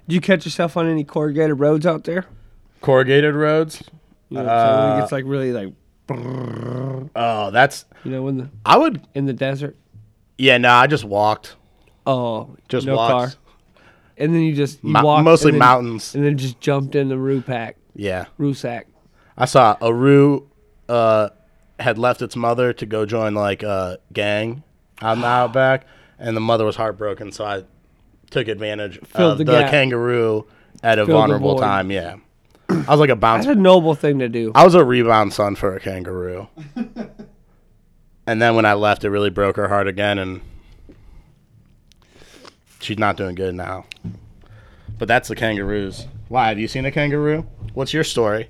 Speaker 2: Did you catch yourself on any corrugated roads out there?
Speaker 1: Corrugated roads.
Speaker 2: You know, what I'm saying? when
Speaker 1: Uh,
Speaker 2: it gets like really like
Speaker 1: Oh, that's
Speaker 2: you know in the
Speaker 1: I would.
Speaker 2: in the desert.
Speaker 1: Yeah, no, I just walked.
Speaker 2: Oh,
Speaker 1: Just
Speaker 2: no
Speaker 1: walked.
Speaker 2: car. And then you just you
Speaker 1: Mo-
Speaker 2: walked,
Speaker 1: mostly
Speaker 2: and then,
Speaker 1: mountains.
Speaker 2: and then just jumped in the roo pack,
Speaker 1: Yeah,
Speaker 2: roo sack.
Speaker 1: I saw a roo uh, had left its mother to go join like a gang out in the outback, and the mother was heartbroken, so I took advantage of
Speaker 2: Filled
Speaker 1: the,
Speaker 2: the gap.
Speaker 1: kangaroo at a
Speaker 2: Filled the
Speaker 1: vulnerable
Speaker 2: void.
Speaker 1: time. Yeah, I was like a bounce
Speaker 2: That's a noble thing to do.
Speaker 1: I was a rebound son for a kangaroo. and then when I left, it really broke her heart again, and she's not doing good now. But that's the kangaroos. Why? Have you seen a kangaroo? What's your story?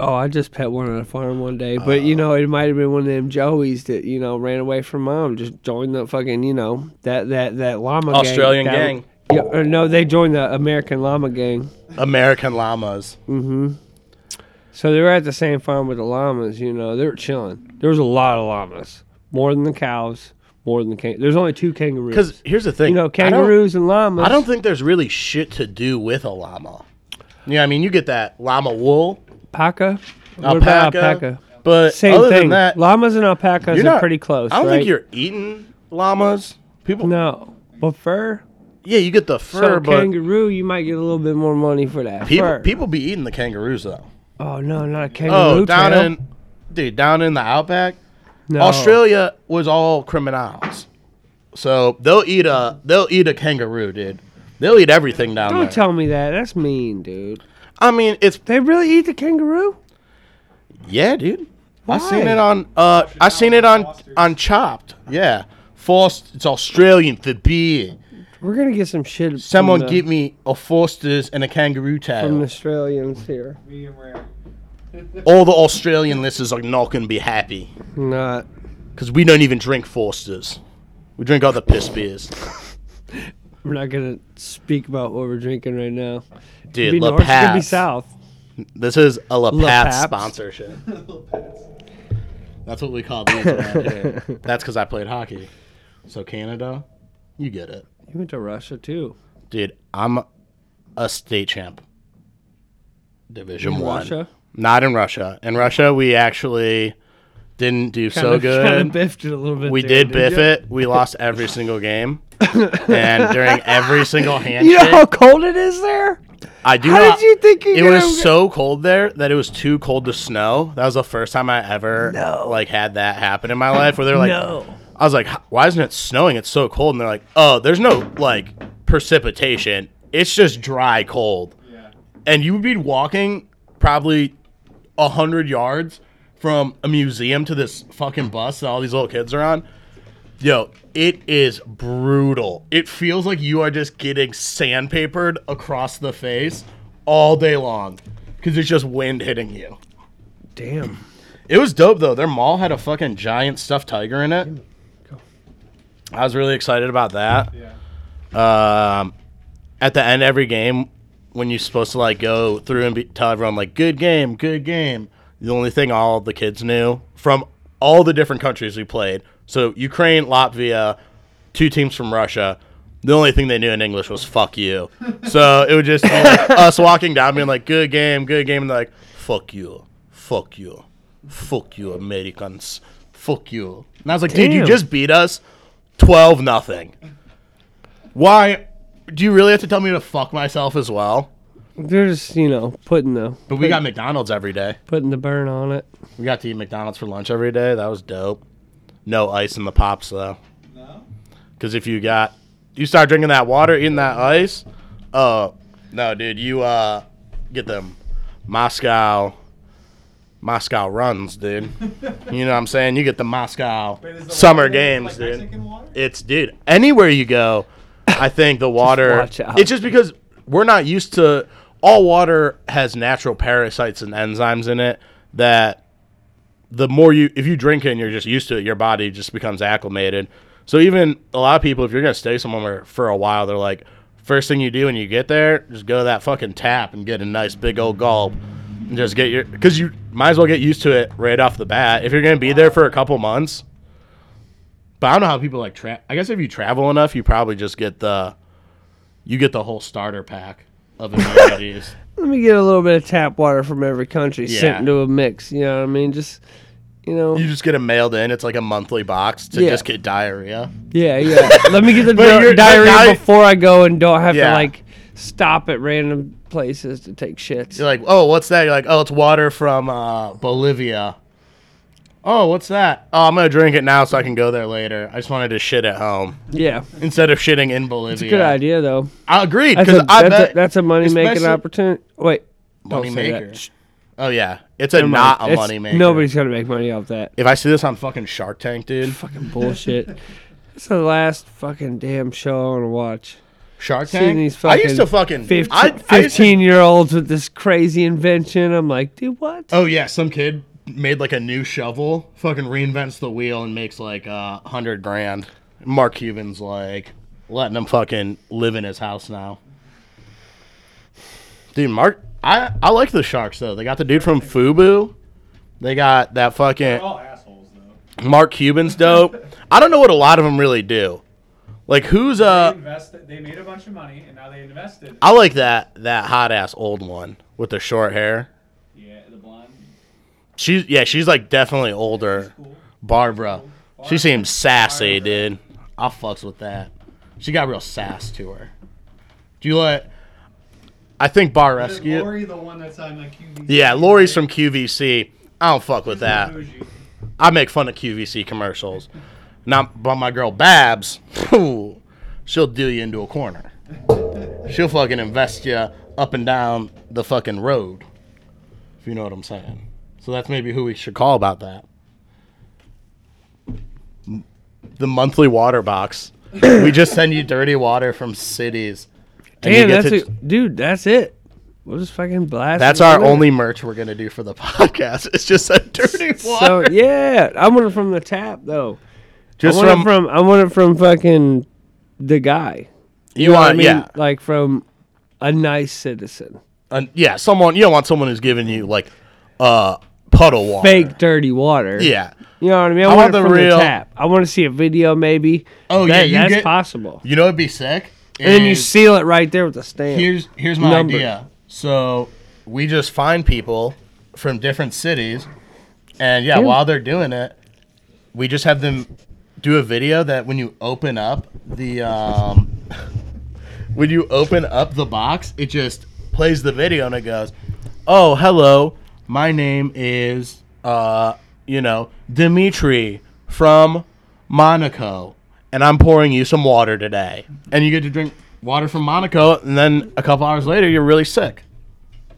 Speaker 2: Oh, I just pet one on a farm one day, but
Speaker 1: Oh.
Speaker 2: you know it might have been one of them Joeys that you know ran away from mom, just joined the fucking you know that that that llama gang.
Speaker 1: Australian
Speaker 2: That-
Speaker 1: gang.
Speaker 2: Yeah, or no, they joined the American llama gang.
Speaker 1: American llamas.
Speaker 2: So they were at the same farm with the llamas. You know they were chilling. There was a lot of llamas, more than the cows, more than the can. There's only two kangaroos.
Speaker 1: Because here's the thing.
Speaker 2: you know kangaroos and llamas.
Speaker 1: I don't, I don't think there's really shit to do with a llama. Yeah, I mean, you get that llama wool,
Speaker 2: alpaca. What about
Speaker 1: alpaca.
Speaker 2: alpaca?
Speaker 1: But
Speaker 2: Same
Speaker 1: other
Speaker 2: thing.
Speaker 1: than that,
Speaker 2: llamas and alpacas
Speaker 1: you're
Speaker 2: are
Speaker 1: not-
Speaker 2: pretty close.
Speaker 1: I don't
Speaker 2: right?
Speaker 1: think you're eating llamas. People.
Speaker 2: No, but fur.
Speaker 1: Yeah, you get the fur,
Speaker 2: so
Speaker 1: but
Speaker 2: kangaroo, you might get a little bit more money for that.
Speaker 1: People,
Speaker 2: fur.
Speaker 1: people be eating the kangaroos though.
Speaker 2: Oh no, not a kangaroo.
Speaker 1: Oh, down
Speaker 2: tail.
Speaker 1: in, dude, down in the outback,
Speaker 2: No.
Speaker 1: Australia was all criminals. So they'll eat a, they'll eat a kangaroo, dude. They'll eat everything down
Speaker 2: Don't
Speaker 1: there.
Speaker 2: tell me that. That's mean, dude.
Speaker 1: I mean, it's
Speaker 2: They really eat the kangaroo?
Speaker 1: yeah, dude. I seen
Speaker 2: Why?
Speaker 1: it on, uh, I seen it on on Chopped. Yeah, Forst. It's Australian for beer.
Speaker 2: We're gonna get some shit. from
Speaker 1: Someone
Speaker 2: the-
Speaker 1: give me a Foster's and a kangaroo
Speaker 2: from the
Speaker 1: tail.
Speaker 2: Australians here.
Speaker 3: medium rare.
Speaker 1: all the Australian listeners are not gonna be happy.
Speaker 2: Not.
Speaker 1: Because we don't even drink Forsters. We drink other piss beers.
Speaker 2: We're not gonna speak about what we're drinking right now.
Speaker 1: Dude,
Speaker 2: be
Speaker 1: La
Speaker 2: north, it's gonna be
Speaker 1: Paz.
Speaker 2: south.
Speaker 1: This is a La,
Speaker 2: La
Speaker 1: Paz
Speaker 2: Paps.
Speaker 1: sponsorship. That's what we call these around here. That's because I played hockey. So Canada, you get it.
Speaker 2: You went to Russia too.
Speaker 1: Dude, I'm a state champ. Division one.
Speaker 2: Russia.
Speaker 1: Not in Russia. In Russia, we actually didn't do so good.
Speaker 4: Kind of biffed it a little bit.
Speaker 1: We
Speaker 4: there,
Speaker 1: did
Speaker 4: dude.
Speaker 1: biff it. We lost every single game, and during every single
Speaker 2: You
Speaker 1: handshake,
Speaker 2: know how cold it is there?
Speaker 1: I do.
Speaker 2: How
Speaker 1: not-
Speaker 2: did you think you
Speaker 1: It
Speaker 2: gonna-
Speaker 1: was so cold there that it was too cold to snow. That was the first time I ever like had that happen in my life. Where they're like,
Speaker 4: No.
Speaker 1: I was like, "H- why isn't it snowing? It's so cold. And they're like, oh, there's no like precipitation. It's just dry cold.
Speaker 3: Yeah.
Speaker 1: And you would be walking probably a hundred yards from a museum to this fucking bus that all these little kids are on. Yo, it is brutal. It feels like you are just getting sandpapered across the face all day long because it's just wind hitting you.
Speaker 2: Damn.
Speaker 1: It was dope though. Their mall had a fucking giant stuffed tiger in it. I was really excited about that.
Speaker 3: Yeah.
Speaker 1: Um, at the end of every game, when you're supposed to like go through and be, tell everyone like good game, good game. The only thing all the kids knew from all the different countries we played, so Ukraine, Latvia, two teams from Russia. The only thing they knew in English was "fuck you." So it would just be like us walking down, being like, "Good game, good game," and they're like, "Fuck you, fuck you, fuck you, Americans, fuck you." And I was like, "Dude, you
Speaker 4: Damn.
Speaker 1: just beat us twelve nothing. Why do you really have to tell me to fuck myself as well?
Speaker 2: They're just, you know, putting the
Speaker 1: But we got McDonald's every day.
Speaker 2: putting the burn on it.
Speaker 1: We got to eat McDonald's for lunch every day. That was dope. No ice in the pops though,
Speaker 3: No.
Speaker 1: because if you got you start drinking that water, eating that ice, uh, no, dude, you uh get them Moscow Moscow runs, dude. you know what I'm saying? You get the Moscow
Speaker 3: Wait, is the
Speaker 1: summer
Speaker 3: water,
Speaker 1: games,
Speaker 3: like,
Speaker 1: dude.
Speaker 3: Mexican water?
Speaker 1: It's dude. Anywhere you go, I think the water.
Speaker 2: watch out.
Speaker 1: It's just because we're not used to. All water has natural parasites and enzymes in it that the more you, if you drink it and you're just used to it, your body just becomes acclimated. So even a lot of people, if you're gonna stay somewhere for a while, they're like, first thing you do when you get there, just go to that fucking tap and get a nice big old gulp. And just get your, because you might as well get used to it right off the bat. If you're gonna be there for a couple months, but I don't know how people like tra I guess if you travel enough, you probably just get the you get the whole starter pack of amenities.
Speaker 2: Let me get a little bit of tap water from every country
Speaker 1: Yeah.
Speaker 2: sent into a mix. You know what I mean? Just, you know.
Speaker 1: you just get it mailed in. It's like a monthly box to
Speaker 2: Yeah.
Speaker 1: just get diarrhea.
Speaker 2: Yeah, yeah. Let me get the
Speaker 1: But
Speaker 2: di-
Speaker 1: you're- but
Speaker 2: diarrhea
Speaker 1: now-
Speaker 2: before I go and don't have
Speaker 1: Yeah.
Speaker 2: to like stop at random places to take shits.
Speaker 1: You're like, oh, what's that? You're like, oh, it's water from uh, Bolivia. Oh, what's that? Oh, I'm gonna drink it now so I can go there later. I just wanted to shit at home
Speaker 2: yeah.
Speaker 1: instead of shitting in Bolivia. It's
Speaker 2: Good idea though.
Speaker 1: I agreed
Speaker 2: That's
Speaker 1: because
Speaker 2: a,
Speaker 1: I
Speaker 2: that's,
Speaker 1: bet
Speaker 2: a, that's a money making
Speaker 1: especially-
Speaker 2: opportunity. Wait. don't
Speaker 1: money
Speaker 2: say that.
Speaker 1: maker. Oh yeah, it's a not a
Speaker 2: It's-
Speaker 1: money maker.
Speaker 2: Nobody's gonna make money off that.
Speaker 1: If I see this on fucking Shark Tank, dude,
Speaker 2: Fucking bullshit. it's the last fucking damn show I want to watch.
Speaker 1: Shark
Speaker 2: Seeing
Speaker 1: Tank.
Speaker 2: these
Speaker 1: I used to fucking.
Speaker 2: Fif-
Speaker 1: I, I used to-
Speaker 2: 15 year olds with this crazy invention. I'm like, dude, what?
Speaker 1: Oh yeah, some kid made like a new shovel, fucking reinvents the wheel and makes like a hundred grand. Mark Cuban's like letting him fucking live in his house now. Dude, Mark, I I like the Sharks though. They got the dude from Fubu. They got that fucking
Speaker 3: They're all assholes though.
Speaker 1: Mark Cuban's dope. I don't know what a lot of them really do. Like who's uh
Speaker 3: They invested. They made a bunch of money and now they invested.
Speaker 1: I like that that hot ass old one with the short hair.
Speaker 3: Yeah, the blonde.
Speaker 1: She's yeah, she's like definitely older.
Speaker 3: Cool.
Speaker 1: Barbara. She
Speaker 3: Barbara.
Speaker 1: seems sassy,
Speaker 3: Barbara.
Speaker 1: dude. I fucks with that. She got real sass to her. Do you let? I think Bar
Speaker 3: Is
Speaker 1: Rescue.
Speaker 3: Lori the one that's on like QVC?
Speaker 1: Yeah, Lori's from QVC. I don't fuck with
Speaker 3: She's
Speaker 1: that.
Speaker 3: bougie.
Speaker 1: I make fun of QVC commercials. Now, but my girl Babs, phew, she'll do you into a corner. She'll fucking invest you up and down the fucking road, if you know what I'm saying. So that's maybe who we should call about that. M- The monthly water box. we just send you dirty water from cities. and you
Speaker 2: Damn,
Speaker 1: get
Speaker 2: that's
Speaker 1: to-
Speaker 2: it. dude. That's it. We'll just fucking blast.
Speaker 1: that's
Speaker 2: it
Speaker 1: our
Speaker 2: in there.
Speaker 1: only merch we're gonna do for the podcast. It's just a dirty water.
Speaker 2: So yeah, I want it from the tap though.
Speaker 1: just
Speaker 2: I want
Speaker 1: from,
Speaker 2: it from I want it from fucking the guy.
Speaker 1: you
Speaker 2: know what
Speaker 1: want,
Speaker 2: I mean?
Speaker 1: yeah.
Speaker 2: Like from a nice citizen.
Speaker 1: an, yeah, someone you don't want someone who's giving you like uh puddle water.
Speaker 2: Fake dirty water.
Speaker 1: Yeah.
Speaker 2: You know what I mean? I,
Speaker 1: I
Speaker 2: want,
Speaker 1: want
Speaker 2: it
Speaker 1: the
Speaker 2: from
Speaker 1: real-
Speaker 2: the tap. I want to see a video maybe.
Speaker 1: Oh,
Speaker 2: That-
Speaker 1: yeah, you
Speaker 2: that's
Speaker 1: get-
Speaker 2: possible.
Speaker 1: You know it'd be sick.
Speaker 2: And then you
Speaker 1: is-
Speaker 2: seal it right there with a stamp.
Speaker 1: here's here's my
Speaker 2: Numbers.
Speaker 1: idea. So we just find people from different cities. And yeah,
Speaker 2: Dude.
Speaker 1: while they're doing it, we just have them do a video that when you open up the um, when you open up the box, it just plays the video and it goes, "Oh, hello, my name is uh, you know, Dimitri from Monaco, and I'm pouring you some water today." And you get to drink water from Monaco, and then a couple hours later, you're really sick.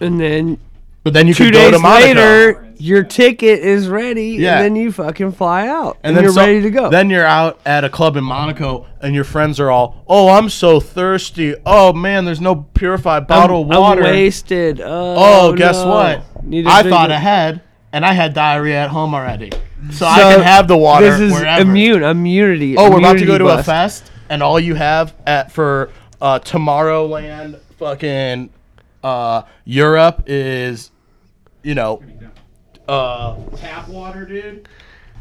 Speaker 2: and then
Speaker 1: But then you
Speaker 2: two
Speaker 1: could go to
Speaker 2: days
Speaker 1: Monaco.
Speaker 2: later, your ticket is ready,
Speaker 1: Yeah.
Speaker 2: and then you fucking fly out, and,
Speaker 1: and then
Speaker 2: you're
Speaker 1: so-
Speaker 2: ready to go.
Speaker 1: Then you're out at a club in Monaco, and your friends are all, "Oh, I'm so thirsty. Oh man, there's no purified
Speaker 2: I'm-
Speaker 1: bottled
Speaker 2: I'm
Speaker 1: water.
Speaker 2: wasted. Oh,
Speaker 1: oh, guess
Speaker 2: no.
Speaker 1: what?
Speaker 2: Need to
Speaker 1: I
Speaker 2: drink
Speaker 1: thought
Speaker 2: it.
Speaker 1: ahead, and I had diarrhea at home already, so, I
Speaker 2: So
Speaker 1: can have the water
Speaker 2: This is
Speaker 1: wherever.
Speaker 2: immune immunity.
Speaker 1: Oh, we're about to
Speaker 2: immunity
Speaker 1: go to a
Speaker 2: bust.
Speaker 1: fest, and all you have at for uh, Tomorrowland, fucking uh, Europe is, you know, uh,
Speaker 3: Tap water, dude.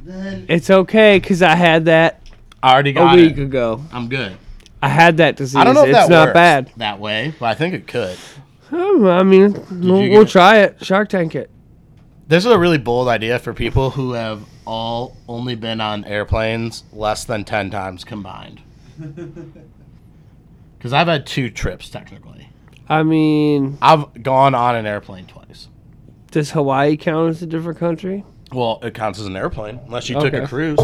Speaker 3: Then
Speaker 2: It's okay because I had that
Speaker 1: I already
Speaker 2: a
Speaker 1: got
Speaker 2: week
Speaker 1: it.
Speaker 2: ago.
Speaker 1: I'm good.
Speaker 2: I had that disease.
Speaker 1: I don't know if
Speaker 2: it's
Speaker 1: that
Speaker 2: not
Speaker 1: works
Speaker 2: bad.
Speaker 1: that way, but I think it could.
Speaker 2: Oh, I mean, we'll,
Speaker 1: get
Speaker 2: we'll
Speaker 1: it?
Speaker 2: try it. Shark Tank it.
Speaker 1: This is a really bold idea for people who have all only been on airplanes less than 10 times combined. Because I've had two trips, technically.
Speaker 2: I mean,
Speaker 1: I've gone on an airplane twice.
Speaker 2: does Hawaii count as a different country?
Speaker 1: Well, it counts as an airplane, unless you took
Speaker 2: Okay.
Speaker 1: a cruise.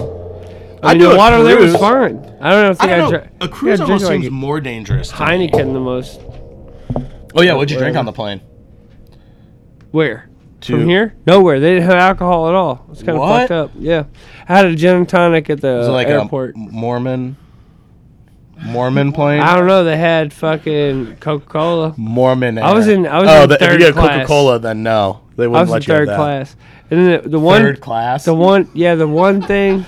Speaker 2: I, mean,
Speaker 1: do
Speaker 2: the
Speaker 1: a
Speaker 2: water there was
Speaker 1: cruise.
Speaker 2: fine. I don't
Speaker 1: I
Speaker 2: think I,
Speaker 1: don't know.
Speaker 2: drank.
Speaker 1: A cruise
Speaker 2: yeah, drink
Speaker 1: almost
Speaker 2: like
Speaker 1: seems more dangerous. To me.
Speaker 2: Heineken the most.
Speaker 1: Oh, yeah. What'd you drink
Speaker 2: Whatever.
Speaker 1: on the plane?
Speaker 2: Where?
Speaker 1: Two.
Speaker 2: From here? Nowhere. They didn't have alcohol at all. It's kind of
Speaker 1: What?
Speaker 2: fucked up. Yeah, I had a gin and tonic at the
Speaker 1: Was it like
Speaker 2: Uh, airport.
Speaker 1: a Mormon, Mormon plane?
Speaker 2: I I don't know. They had fucking Coca Cola.
Speaker 1: Mormon.
Speaker 2: I was
Speaker 1: air.
Speaker 2: in- I was
Speaker 1: oh,
Speaker 2: in
Speaker 1: the, if
Speaker 2: third
Speaker 1: you get
Speaker 2: class.
Speaker 1: Coca Cola, then no, they
Speaker 2: I
Speaker 1: wouldn't
Speaker 2: was in
Speaker 1: let you have
Speaker 2: third
Speaker 1: that.
Speaker 2: class, and then the, the one
Speaker 1: Third class.
Speaker 2: The one, yeah, the one thing.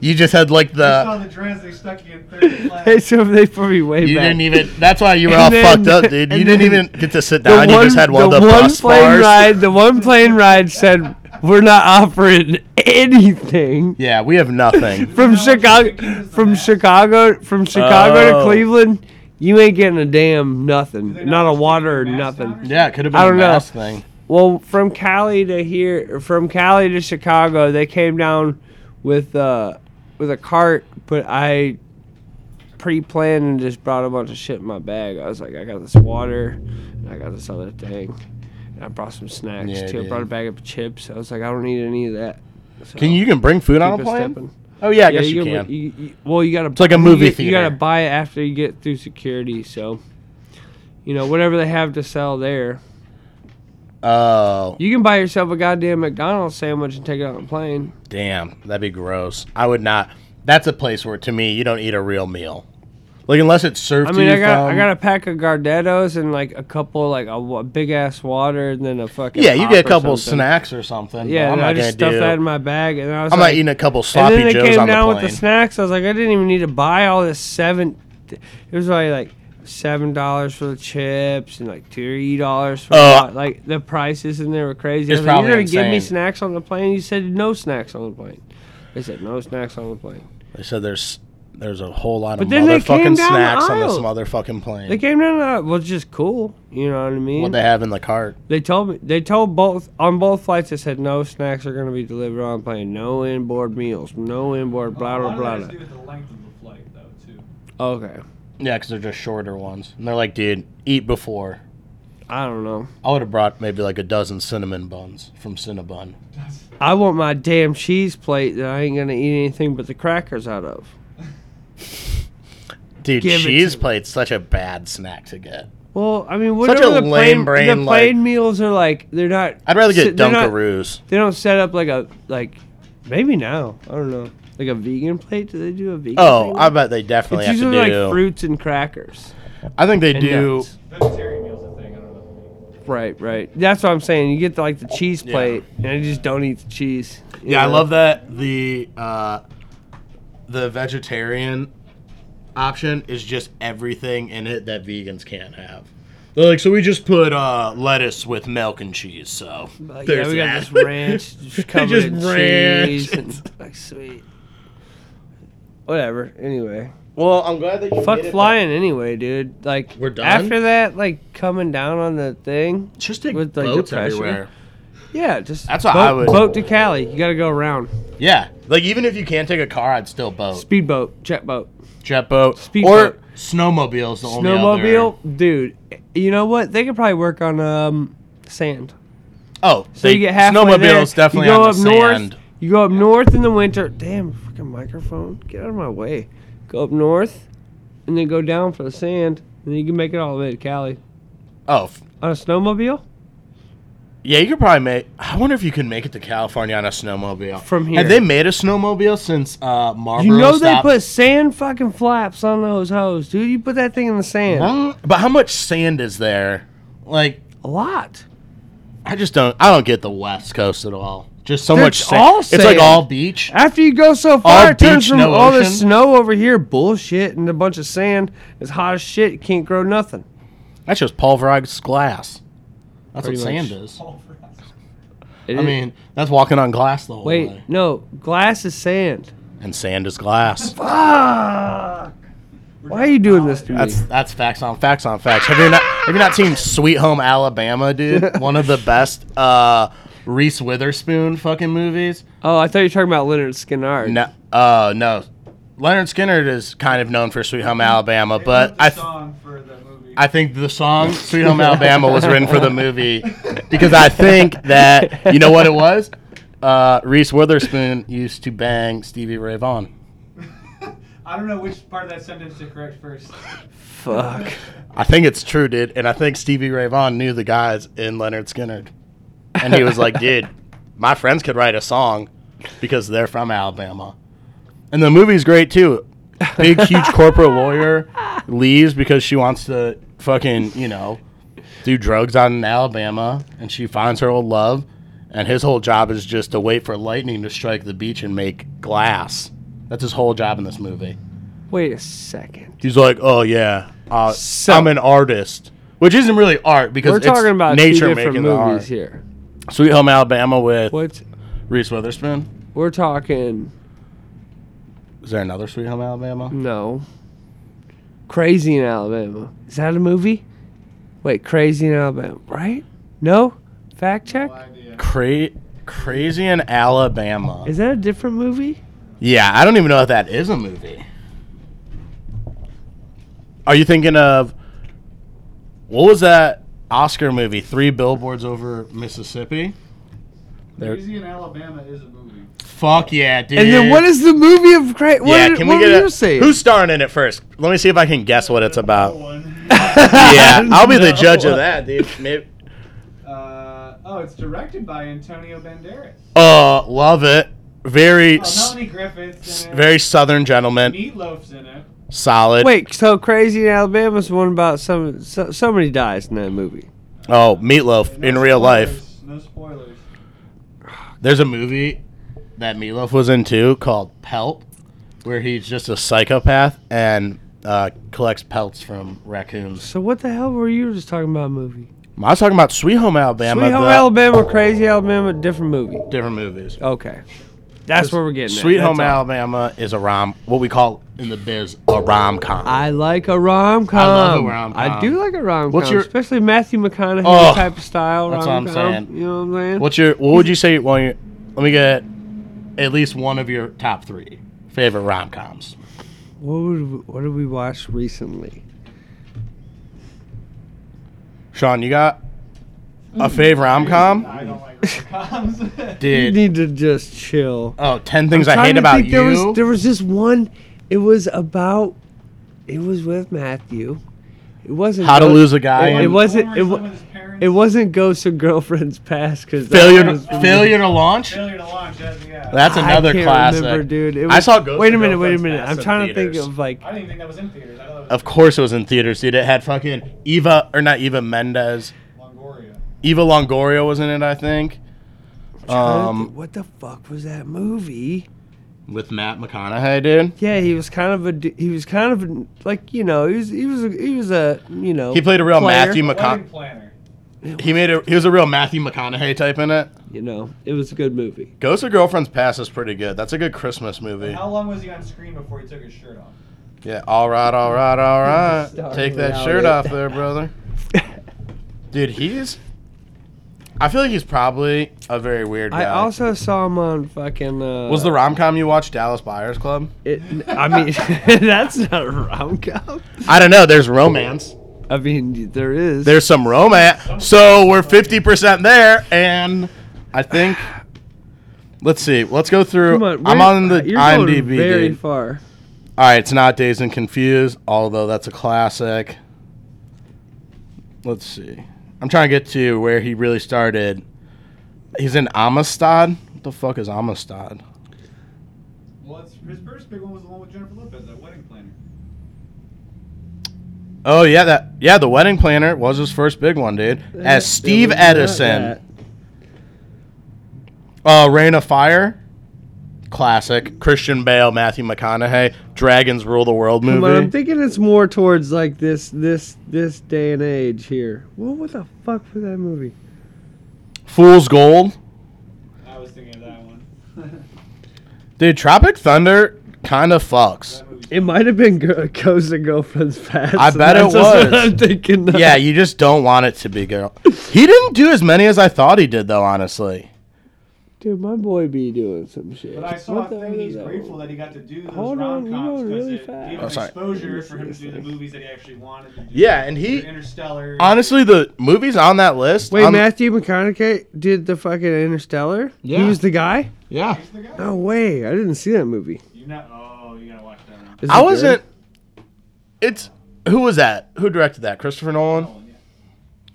Speaker 1: You just had like
Speaker 3: just
Speaker 1: the.
Speaker 3: on the trans, they stuck you in third
Speaker 2: They
Speaker 3: class.
Speaker 2: so they put me way
Speaker 1: You
Speaker 2: back.
Speaker 1: didn't even. That's why you were
Speaker 2: And
Speaker 1: all
Speaker 2: then-
Speaker 1: fucked up, dude. You
Speaker 2: and
Speaker 1: didn't
Speaker 2: then
Speaker 1: even get to sit down. you just had one of the,
Speaker 2: one
Speaker 1: bus
Speaker 2: plane
Speaker 1: bars.
Speaker 2: ride. The one plane ride said, "We're not offering anything."
Speaker 1: Yeah, we have nothing.
Speaker 2: From
Speaker 3: How much
Speaker 2: Chicago,
Speaker 3: chicken is the
Speaker 2: from
Speaker 3: max?
Speaker 2: Chicago, from Chicago
Speaker 1: Oh.
Speaker 2: to Cleveland, you ain't getting a damn nothing.
Speaker 3: they
Speaker 2: Not,
Speaker 3: not
Speaker 2: a
Speaker 3: just
Speaker 2: water or
Speaker 3: take the mask
Speaker 2: nothing.
Speaker 3: down or
Speaker 1: yeah, it could have
Speaker 2: I
Speaker 1: been a
Speaker 2: don't know.
Speaker 1: mass thing.
Speaker 2: Well, from Cali to here, from Cali to Chicago, they came down with uh with a cart, but I pre-planned and just brought a bunch of shit in my bag. I was like, I got this water, and I got this other thing, and I brought some snacks
Speaker 1: Yeah,
Speaker 2: too. I brought a
Speaker 1: dude.
Speaker 2: bag of chips. I was like, I don't need any of that. So,
Speaker 1: Can you, you can bring food on
Speaker 2: keep
Speaker 1: a
Speaker 2: it
Speaker 1: plane?
Speaker 2: stepping.
Speaker 1: Oh yeah, I guess you,
Speaker 2: you gotta-
Speaker 1: can.
Speaker 2: you- you- well, you gotta. It's
Speaker 1: like a movie
Speaker 2: you, You gotta
Speaker 1: theater.
Speaker 2: buy it after you get through security. So, you know, whatever they have to sell there.
Speaker 1: oh
Speaker 2: You can buy yourself a goddamn McDonald's sandwich and take it on a plane.
Speaker 1: damn, that'd be gross. I would not. That's a place where to me you don't eat a real meal, like unless it's served
Speaker 2: I
Speaker 1: to
Speaker 2: mean,
Speaker 1: you um,
Speaker 2: I got
Speaker 1: from.
Speaker 2: I got a pack of Gardettos and like a couple like a, big ass water and then a fucking
Speaker 1: yeah, you
Speaker 2: pop
Speaker 1: get a
Speaker 2: or
Speaker 1: couple
Speaker 2: something.
Speaker 1: snacks or something.
Speaker 2: Yeah,
Speaker 1: Yeah, I'm
Speaker 2: and
Speaker 1: not
Speaker 2: I just
Speaker 1: gonna
Speaker 2: stuffed
Speaker 1: do.
Speaker 2: that in my bag and I was
Speaker 1: I'm not
Speaker 2: like,
Speaker 1: eating a couple
Speaker 2: and
Speaker 1: sloppy
Speaker 2: then they
Speaker 1: joes
Speaker 2: came
Speaker 1: on
Speaker 2: down
Speaker 1: the
Speaker 2: with the
Speaker 1: plane.
Speaker 2: snacks. I was like, I didn't even need to buy all this seven. It was probably like seven dollars for the chips and like three dollars for
Speaker 1: Uh,
Speaker 2: what- like the prices in there were crazy. I
Speaker 1: it's
Speaker 2: was like, You're
Speaker 1: probably
Speaker 2: gonna give me
Speaker 1: insane.
Speaker 2: snacks on the plane? You said no snacks on the plane. They said no snacks on the plane.
Speaker 1: They said there's there's a whole lot
Speaker 2: But
Speaker 1: of
Speaker 2: then they came
Speaker 1: motherfucking
Speaker 2: down the
Speaker 1: snacks on this
Speaker 2: aisle.
Speaker 1: motherfucking plane.
Speaker 2: They came down and was just cool. You know what I mean?
Speaker 1: what they have in the cart.
Speaker 2: They told me they told both on both flights. They said no snacks are going to be delivered on plane. No inboard meals. No inboard blah blah
Speaker 4: A lot of
Speaker 2: blah.
Speaker 4: that has to do with the length of the flight, though, too.
Speaker 2: Okay,
Speaker 1: Yeah, because they're just shorter ones. And they're like, dude, eat before.
Speaker 2: I don't know.
Speaker 1: I would have brought maybe like a dozen cinnamon buns from Cinnabon.
Speaker 2: I want my damn cheese plate that I ain't going to eat anything but the crackers out of.
Speaker 1: Dude,
Speaker 2: Give it
Speaker 1: cheese
Speaker 2: to me.
Speaker 1: plate's such a bad snack to get.
Speaker 2: Well, I mean,
Speaker 1: Such
Speaker 2: whatever
Speaker 1: a
Speaker 2: the plane,
Speaker 1: lame brain,
Speaker 2: the plane
Speaker 1: like-
Speaker 2: meals are like, they're not.
Speaker 1: I'd rather get
Speaker 2: sit- they're not-
Speaker 1: Dunkaroos.
Speaker 2: They don't set up like a like, maybe now I don't know like a vegan plate. Do they do a vegan?
Speaker 1: Oh,
Speaker 2: plate?
Speaker 1: I bet they definitely
Speaker 2: it's
Speaker 1: have to
Speaker 2: usually
Speaker 1: do.
Speaker 2: like fruits and crackers.
Speaker 1: I think they
Speaker 2: and
Speaker 1: do.
Speaker 2: nuts.
Speaker 4: Vegetarian meals, I think. I don't know.
Speaker 2: Right, right. That's what I'm saying. You get the, like the cheese
Speaker 1: Yeah.
Speaker 2: plate, and I just don't eat the cheese. you
Speaker 1: Yeah, I
Speaker 2: know?
Speaker 1: love that the uh, the vegetarian option is just everything in it that vegans can't have. They're like, so we just put uh, lettuce with milk and cheese. So
Speaker 2: Like, Uh, yeah,
Speaker 1: there's
Speaker 2: we got
Speaker 1: that.
Speaker 2: this ranch just covered
Speaker 1: Just
Speaker 2: in
Speaker 1: ranch.
Speaker 2: cheese, and like sweet. Whatever. Anyway,
Speaker 1: Well, I'm glad that you
Speaker 2: Fuck
Speaker 1: made it,
Speaker 2: flying anyway, dude. Like
Speaker 5: We're done?
Speaker 2: after that, like coming down on the thing.
Speaker 1: but Just take
Speaker 2: With, like, the
Speaker 1: boats
Speaker 2: pressure.
Speaker 1: everywhere.
Speaker 2: Yeah, just
Speaker 1: That's what
Speaker 2: boat,
Speaker 1: I would-
Speaker 2: boat to Cali. You gotta go around.
Speaker 1: Yeah, like even if you can't take a car, I'd still boat,
Speaker 2: Speedboat, jet boat,
Speaker 1: jet boat,
Speaker 2: Speed
Speaker 1: or
Speaker 2: boat.
Speaker 1: snowmobiles. The only
Speaker 2: snowmobile,
Speaker 1: other-
Speaker 2: dude. You know what? They could probably work on um sand.
Speaker 1: Oh,
Speaker 2: So you get halfway
Speaker 1: Snowmobiles
Speaker 2: there.
Speaker 1: definitely
Speaker 2: you go
Speaker 1: on
Speaker 2: up
Speaker 1: the
Speaker 2: north.
Speaker 1: sand.
Speaker 2: You go up north in the winter. Damn, fucking microphone. Get out of my way. Go up north, and then go down for the sand, and then you can make it all the way to Cali
Speaker 1: Oh, f-
Speaker 2: on a snowmobile.
Speaker 1: yeah, you could probably make. I wonder if you can make it to California on a snowmobile
Speaker 2: From here.
Speaker 1: Have they made a snowmobile since uh, Marlboro?
Speaker 2: you know
Speaker 1: stopped?
Speaker 2: they put sand fucking flaps on those hoes, dude. You put that thing in the sand.
Speaker 1: Mm, But how much sand is there? Like,
Speaker 2: A lot.
Speaker 1: I just don't. I don't get the West Coast at all. Just so
Speaker 2: That's
Speaker 1: much sand.
Speaker 2: all
Speaker 1: It's like
Speaker 2: sand.
Speaker 1: all beach.
Speaker 2: After you go so far,
Speaker 1: All
Speaker 2: it turns
Speaker 1: beach,
Speaker 2: from
Speaker 1: no
Speaker 2: all
Speaker 1: ocean?
Speaker 2: this snow over here, bullshit, and a bunch of sand. It's hot as shit. You can't grow nothing.
Speaker 1: That's just pulverized glass. That's
Speaker 2: Pretty
Speaker 1: what
Speaker 2: much.
Speaker 1: sand is.
Speaker 4: All for us.
Speaker 2: It
Speaker 1: I
Speaker 2: is-
Speaker 1: mean, that's walking on glass the whole
Speaker 2: wait,
Speaker 1: way.
Speaker 2: no, glass is sand.
Speaker 1: And sand is glass.
Speaker 2: Fuck. Why are you doing this to me?
Speaker 1: That's that's facts on facts on facts. Have you not have you not seen Sweet Home Alabama, dude? One of the best uh, Reese Witherspoon fucking movies.
Speaker 2: oh, I thought you were talking about Leonard Skinner.
Speaker 1: No, uh, no. Leonard Skinner is kind of known for Sweet Home Alabama, but
Speaker 4: the
Speaker 1: I th-
Speaker 4: song for the movie.
Speaker 1: I think the song Sweet Home Alabama was written for the movie because I think that you know what it was. Uh, Reese Witherspoon used to bang Stevie Ray Vaughan.
Speaker 4: I don't know which part of that sentence to correct first.
Speaker 2: Fuck.
Speaker 1: I think it's true, dude. And I think Stevie Ray Vaughan knew the guys in Leonard Skinner. And he was like, dude, my friends could write a song because they're from Alabama. And the movie's great, too. Big, huge corporate lawyer leaves because she wants to fucking, you know, do drugs out in Alabama. And she finds her old love. And his whole job is just to wait for lightning to strike the beach and make glass. That's his whole job in this movie.
Speaker 2: Wait a second.
Speaker 1: He's like, oh yeah, uh,
Speaker 2: So-
Speaker 1: I'm an artist, which isn't really art because
Speaker 2: We're
Speaker 1: it's
Speaker 2: talking about
Speaker 1: nature
Speaker 2: two different
Speaker 1: making
Speaker 2: movies
Speaker 1: the art.
Speaker 2: here.
Speaker 1: Sweet Home Alabama with
Speaker 2: What?
Speaker 1: Reese Witherspoon.
Speaker 2: We're talking
Speaker 1: Is there another Sweet Home Alabama?
Speaker 2: no. Crazy in Alabama. Is that a movie? Wait, Crazy in Alabama, right? No. Fact check.
Speaker 4: No idea.
Speaker 1: Cra- crazy in Alabama.
Speaker 2: Is that a different movie?
Speaker 1: yeah, I don't even know if that is a movie. Are you thinking of what was that Oscar movie? Three Billboards Over Mississippi. There-
Speaker 4: Crazy in Alabama is a movie.
Speaker 1: Fuck yeah, dude.
Speaker 2: And then what is the movie of Crazy? What,
Speaker 1: Yeah,
Speaker 2: did-
Speaker 1: can
Speaker 2: what
Speaker 1: we get
Speaker 2: were
Speaker 1: a,
Speaker 2: you saying?
Speaker 1: who's starring in it first? Let me see if I can guess what it's about.
Speaker 4: One.
Speaker 1: yeah, I'll be the judge of that, dude. Maybe.
Speaker 4: Uh, oh, it's directed by Antonio Banderas.
Speaker 1: Uh, love it. Very,
Speaker 4: Oh,
Speaker 1: s-
Speaker 4: Melanie Griffith's
Speaker 1: s-
Speaker 4: in it.
Speaker 1: very southern gentleman.
Speaker 4: Meatloaf's in it.
Speaker 1: Solid.
Speaker 2: Wait, so Crazy in Alabama's one about some so, somebody dies in that movie.
Speaker 1: Oh, Meatloaf in
Speaker 4: No
Speaker 1: real life.
Speaker 4: spoilers, No spoilers.
Speaker 1: There's a movie that Meatloaf was in too called Pelt, where he's just a psychopath and uh, collects pelts from raccoons.
Speaker 2: So what the hell were you just talking about? Movie?
Speaker 1: I was talking about Sweet Home Alabama.
Speaker 2: Sweet Home
Speaker 1: the
Speaker 2: Alabama, Crazy Alabama, different movie.
Speaker 1: Different movies.
Speaker 2: Okay, that's where we're getting. at.
Speaker 1: Sweet
Speaker 2: That's
Speaker 1: Home
Speaker 2: all.
Speaker 1: Alabama is a rom, what we call in the biz a rom com.
Speaker 2: I like a rom com.
Speaker 1: I love a rom-com.
Speaker 2: I do like a rom com.
Speaker 1: What's your-
Speaker 2: especially Matthew McConaughey
Speaker 1: Oh,
Speaker 2: type of style
Speaker 1: that's what
Speaker 2: rom
Speaker 1: I'm
Speaker 2: com?
Speaker 1: saying.
Speaker 2: You know what I'm saying?
Speaker 1: What's your? What would you say? Well, you- let me get at least one of your top three favorite rom coms.
Speaker 2: What would we- what did we watch recently?
Speaker 1: Sean, you got a favorite rom com,
Speaker 4: I don't like rom-coms.
Speaker 2: You
Speaker 1: dude?
Speaker 2: need to just chill.
Speaker 1: Oh, 10 things I
Speaker 2: trying
Speaker 1: hate
Speaker 2: to
Speaker 1: about
Speaker 2: think, there
Speaker 1: you.
Speaker 2: Was, there was just one. It was about. It was with Matthew. It wasn't
Speaker 1: How to
Speaker 2: Ghost-
Speaker 1: lose a guy.
Speaker 2: It,
Speaker 1: and
Speaker 2: it wasn't.
Speaker 4: Homer
Speaker 2: It,
Speaker 4: is
Speaker 2: wa-
Speaker 4: someone's parents.
Speaker 2: it wasn't ghosts and girlfriends past because
Speaker 1: failure.
Speaker 2: That
Speaker 1: To,
Speaker 2: was for me.
Speaker 1: failure to launch.
Speaker 4: Failure to launch. That, yeah.
Speaker 1: That's another
Speaker 2: I can't
Speaker 1: classic.
Speaker 2: remember, dude. It
Speaker 1: I
Speaker 2: was-
Speaker 1: saw Ghost
Speaker 2: Wait a
Speaker 1: and
Speaker 2: minute. Wait a
Speaker 1: Girlfriends
Speaker 2: minute.
Speaker 1: past
Speaker 2: I'm
Speaker 1: in
Speaker 2: trying to think
Speaker 1: theaters.
Speaker 2: of like.
Speaker 4: I didn't even think that was in theaters. I thought that
Speaker 1: Of
Speaker 4: was
Speaker 1: course, it was in theaters, dude. It had fucking Eva or not Eva Mendes.
Speaker 4: Longoria.
Speaker 1: Eva Longoria was in it, I think,
Speaker 2: I'm trying to
Speaker 1: Um,
Speaker 2: think, what the fuck was that movie?
Speaker 1: with Matt McConaughey, dude.
Speaker 2: Yeah, he was kind of a. d- He was kind of an- like you know. He was. He was. A, he was a. You know.
Speaker 1: He played a real
Speaker 2: player,
Speaker 1: Matthew
Speaker 4: Wedding
Speaker 1: McConaughey.
Speaker 4: planner.
Speaker 1: He made a. He was a real Matthew McConaughey type in it.
Speaker 2: You know. It was a good movie.
Speaker 1: Ghost of Girlfriend's Past is pretty good. That's a good Christmas movie.
Speaker 4: How long was he on screen before he took his shirt off?
Speaker 1: Yeah, all right, all right, all right.
Speaker 2: Start
Speaker 1: Take that
Speaker 2: without
Speaker 1: shirt
Speaker 2: it.
Speaker 1: off there, brother. Dude, he's. I feel like he's probably a very weird guy.
Speaker 2: I also saw him on fucking. Uh,
Speaker 1: was the rom com you watched Dallas Buyers Club?
Speaker 2: It, I mean, that's not a rom com.
Speaker 1: I don't know. There's romance.
Speaker 2: I mean, there is.
Speaker 1: There's some romance. So we're 50% there, and I think. Let's see. Let's go through.
Speaker 2: Come on,
Speaker 1: I'm
Speaker 2: we're-
Speaker 1: on the
Speaker 2: you're going
Speaker 1: IMDb.
Speaker 2: Very
Speaker 1: dude.
Speaker 2: far.
Speaker 1: All right, it's not Dazed and Confused, although that's a classic. Let's see. I'm trying to get to where he really started. He's in Amistad. What the fuck is Amistad?
Speaker 4: Well, it's, his first big one was the one with Jennifer Lopez, that wedding planner.
Speaker 1: Oh yeah, that yeah, the wedding planner was his first big one, dude. As
Speaker 2: It
Speaker 1: Steve
Speaker 2: was not that.
Speaker 1: Edison. Uh, Rain of Fire, classic. Christian Bale, Matthew McConaughey. Dragons rule the world
Speaker 2: Come on, I'm
Speaker 1: movie.
Speaker 2: thinking it's more towards like this, this, this day and age here. What, what the fuck was that movie?
Speaker 1: Fool's Gold.
Speaker 4: I was thinking of that one.
Speaker 1: Dude, Tropic Thunder kind of fucks.
Speaker 4: That movie.
Speaker 2: It might have been Go- Goes and Girlfriends Fast.
Speaker 1: I
Speaker 2: so
Speaker 1: bet it
Speaker 2: that's what
Speaker 1: was.
Speaker 2: I'm thinking. of.
Speaker 1: yeah, you just don't want it to be girl. He didn't do as many as I thought he did, though. Honestly,
Speaker 2: dude, my boy be doing some shit.
Speaker 4: But I saw
Speaker 2: What
Speaker 4: a
Speaker 2: the
Speaker 4: thing
Speaker 2: hell
Speaker 4: he's
Speaker 2: is that
Speaker 4: grateful that he got to do those
Speaker 2: Hold on,
Speaker 4: rom
Speaker 2: you're
Speaker 4: coms
Speaker 2: going really
Speaker 4: it gave
Speaker 2: fast.
Speaker 4: him
Speaker 1: Oh, sorry.
Speaker 4: exposure for him
Speaker 2: This
Speaker 4: to do the
Speaker 2: thing.
Speaker 4: movies that he actually wanted to do.
Speaker 1: Yeah, and he-
Speaker 4: Interstellar.
Speaker 1: honestly, the movies on that list.
Speaker 2: Wait,
Speaker 1: on-
Speaker 2: Matthew McConaughey did the fucking Interstellar. He
Speaker 1: Yeah.
Speaker 2: was the guy.
Speaker 1: Yeah,
Speaker 4: He's the guy.
Speaker 2: No way, I didn't see that movie.
Speaker 4: You not? Oh, you gotta watch that one.
Speaker 2: Is it
Speaker 1: I
Speaker 2: good?
Speaker 1: wasn't. It's who was that? Who directed that? Christopher
Speaker 4: That
Speaker 1: Nolan.
Speaker 4: one, yeah.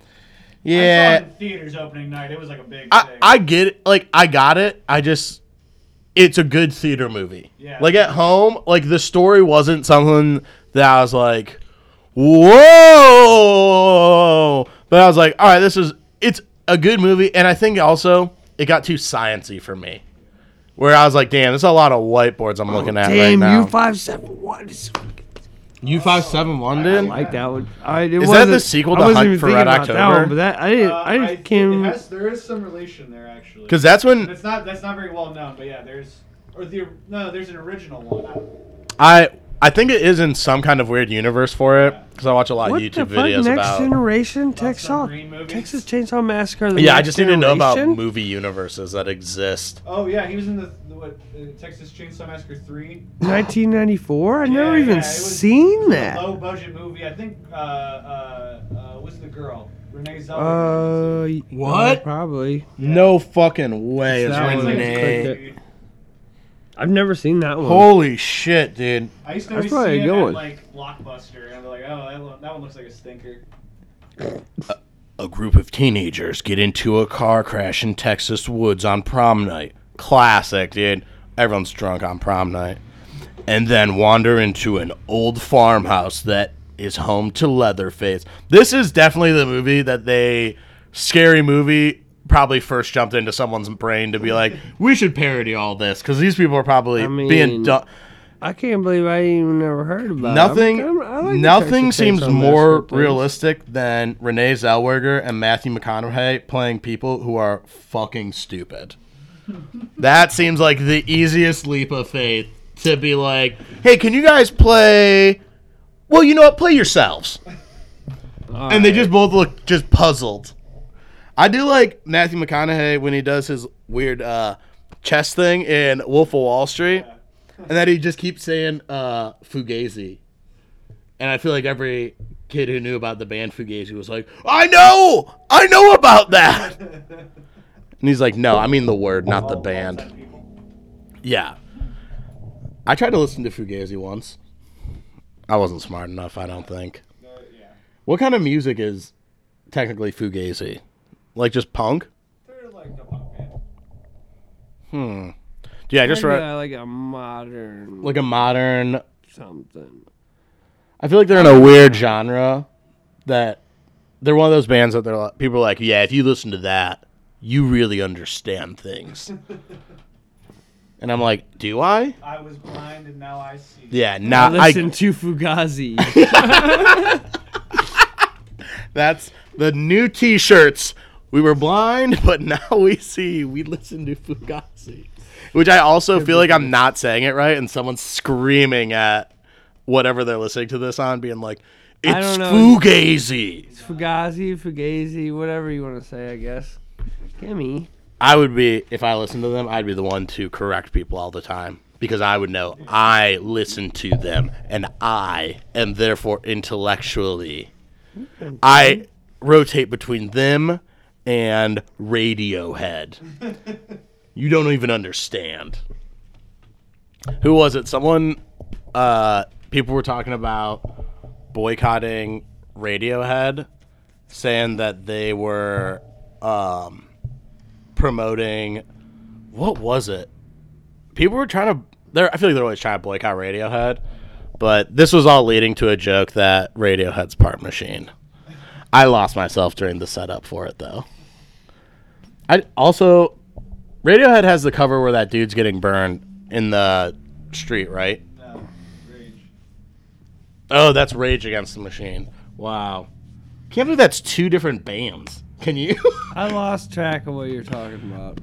Speaker 4: I saw
Speaker 1: Yeah,
Speaker 4: it in theaters opening night. It was like a big
Speaker 1: I
Speaker 4: thing.
Speaker 1: I get it. Like I got it. I just. It's a good theater movie.
Speaker 4: Yeah.
Speaker 1: Like at home, like the story wasn't something that I was like, whoa. But I was like, all right, this is it's a good movie, and I think also it got too sciency for me, where I was like, damn, there's a lot of whiteboards I'm looking at right
Speaker 2: Oh, Damn,
Speaker 1: now.
Speaker 2: U five seven one. is-
Speaker 1: U five seven one, dude.
Speaker 2: Like that one. I, it
Speaker 1: Is that
Speaker 2: wasn't-
Speaker 1: the sequel
Speaker 2: I
Speaker 1: to
Speaker 2: wasn't
Speaker 1: Hunt
Speaker 2: even
Speaker 1: for
Speaker 2: thinking
Speaker 1: Red
Speaker 2: about That
Speaker 1: October?
Speaker 2: one, but that I
Speaker 1: Uh,
Speaker 2: didn't. I just
Speaker 4: Uh, think
Speaker 2: can't.
Speaker 4: it
Speaker 2: remember-
Speaker 4: has- there is some relation there actually.
Speaker 1: Because that's when
Speaker 4: That's not that's not very well known, but yeah, there's or the no, there's an original one. I-
Speaker 1: I I think it is in some kind of weird universe for it because I watch a lot of
Speaker 2: what
Speaker 1: YouTube
Speaker 2: the fuck?
Speaker 1: videos
Speaker 2: Next
Speaker 1: about.
Speaker 2: generation
Speaker 4: some green
Speaker 2: Texas
Speaker 4: movies.
Speaker 2: Texas Chainsaw Massacre. The
Speaker 1: yeah, I
Speaker 2: Next
Speaker 1: just need to know about
Speaker 2: Generation?
Speaker 1: movie universes that exist.
Speaker 4: Oh yeah, he was in the, the what uh, Texas Chainsaw Massacre three.
Speaker 2: 1994. I never
Speaker 4: Yeah,
Speaker 2: even
Speaker 4: yeah, it was- it was
Speaker 2: seen
Speaker 4: a
Speaker 2: that.
Speaker 4: Low budget movie. I think uh uh, uh what's the girl Renee Zellweger.
Speaker 2: Uh, y-
Speaker 1: What?
Speaker 2: uh, probably.
Speaker 1: No fucking way is
Speaker 2: That
Speaker 1: her
Speaker 2: one is
Speaker 1: name.
Speaker 2: clicked I've never seen that one.
Speaker 1: Holy shit, dude!
Speaker 4: I used to
Speaker 2: That's
Speaker 4: always
Speaker 2: probably
Speaker 4: see
Speaker 2: a
Speaker 4: it
Speaker 2: good
Speaker 4: at,
Speaker 2: one.
Speaker 4: like Blockbuster, and I'd be like, oh, that one, that one looks like a stinker.
Speaker 1: A group of teenagers get into a car crash in Texas woods on prom night. Classic, dude. Everyone's drunk on prom night, and then wander into an old farmhouse that is home to Leatherface. This is definitely the movie that they scary movie probably first jumped into someone's brain to be like, we should parody all this because these people are probably
Speaker 2: I
Speaker 1: being
Speaker 2: mean,
Speaker 1: dumb.
Speaker 2: I can't believe I even never heard about
Speaker 1: Nothing,
Speaker 2: it. I'm- I'm- I like the
Speaker 1: nothing
Speaker 2: Texas
Speaker 1: seems
Speaker 2: Chainsaw
Speaker 1: more
Speaker 2: Massacre things.
Speaker 1: realistic than Renee Zellweger and Matthew McConaughey playing people who are fucking stupid. that seems like the easiest leap of faith to be like, "Hey, can you guys play?" Well, you know what? Play yourselves.
Speaker 2: All
Speaker 1: And they
Speaker 2: right.
Speaker 1: just both look just puzzled. I do like Matthew McConaughey when he does his weird uh, chess thing in Wolf of Wall Street, and that he just keeps saying uh, Fugazi. And I feel like every kid who knew about the band Fugazi was like, "I know, I know about that." And he's like, "No, I mean the word, not the band." Yeah, I tried to listen to Fugazi once. I wasn't smart enough, I don't think.
Speaker 4: Uh, yeah.
Speaker 1: What kind of music is technically fugazi? Like just punk?
Speaker 4: They're like a pop band.
Speaker 1: Hmm. Yeah, I just
Speaker 2: Like
Speaker 1: read
Speaker 2: a- like a modern
Speaker 1: like a modern.
Speaker 2: something.
Speaker 1: I feel like they're in
Speaker 2: Um,
Speaker 1: a weird genre that they're one of those bands that they're like, people are like, yeah, if you listen to that, you really understand things. and I'm like, do I?
Speaker 4: I was blind and now I see.
Speaker 1: Yeah, not
Speaker 2: Listen
Speaker 1: I.
Speaker 2: to Fugazi.
Speaker 1: That's the new T-shirts. We were blind, but now we see. We listen to Fugazi, which I also feel like I'm not saying it right, and someone's screaming at whatever they're listening to this on, being like,
Speaker 2: I
Speaker 1: "It's
Speaker 2: don't know.
Speaker 1: fugazi."
Speaker 2: Fugazi, Fugazi, whatever you want to say, I guess. Kimmy.
Speaker 1: I would be if I listened to them. I'd be the one to correct people all the time because I would know I listen to them and I am therefore intellectually. I rotate between them and Radiohead. you don't even understand. Who was it? Someone. Uh, people were talking about boycotting Radiohead, saying that they were. Um, promoting what was it? People were trying to they're I feel like they're always trying to boycott Radiohead, but this was all leading to a joke that Radiohead's part machine. I lost myself during the setup for it though. I also Radiohead has the cover where that dude's getting burned in the street, right?
Speaker 4: No, rage.
Speaker 1: Oh, that's Rage Against the Machine. Wow. Can't believe that's two different bands. Can you?
Speaker 2: I lost track of what you're talking about.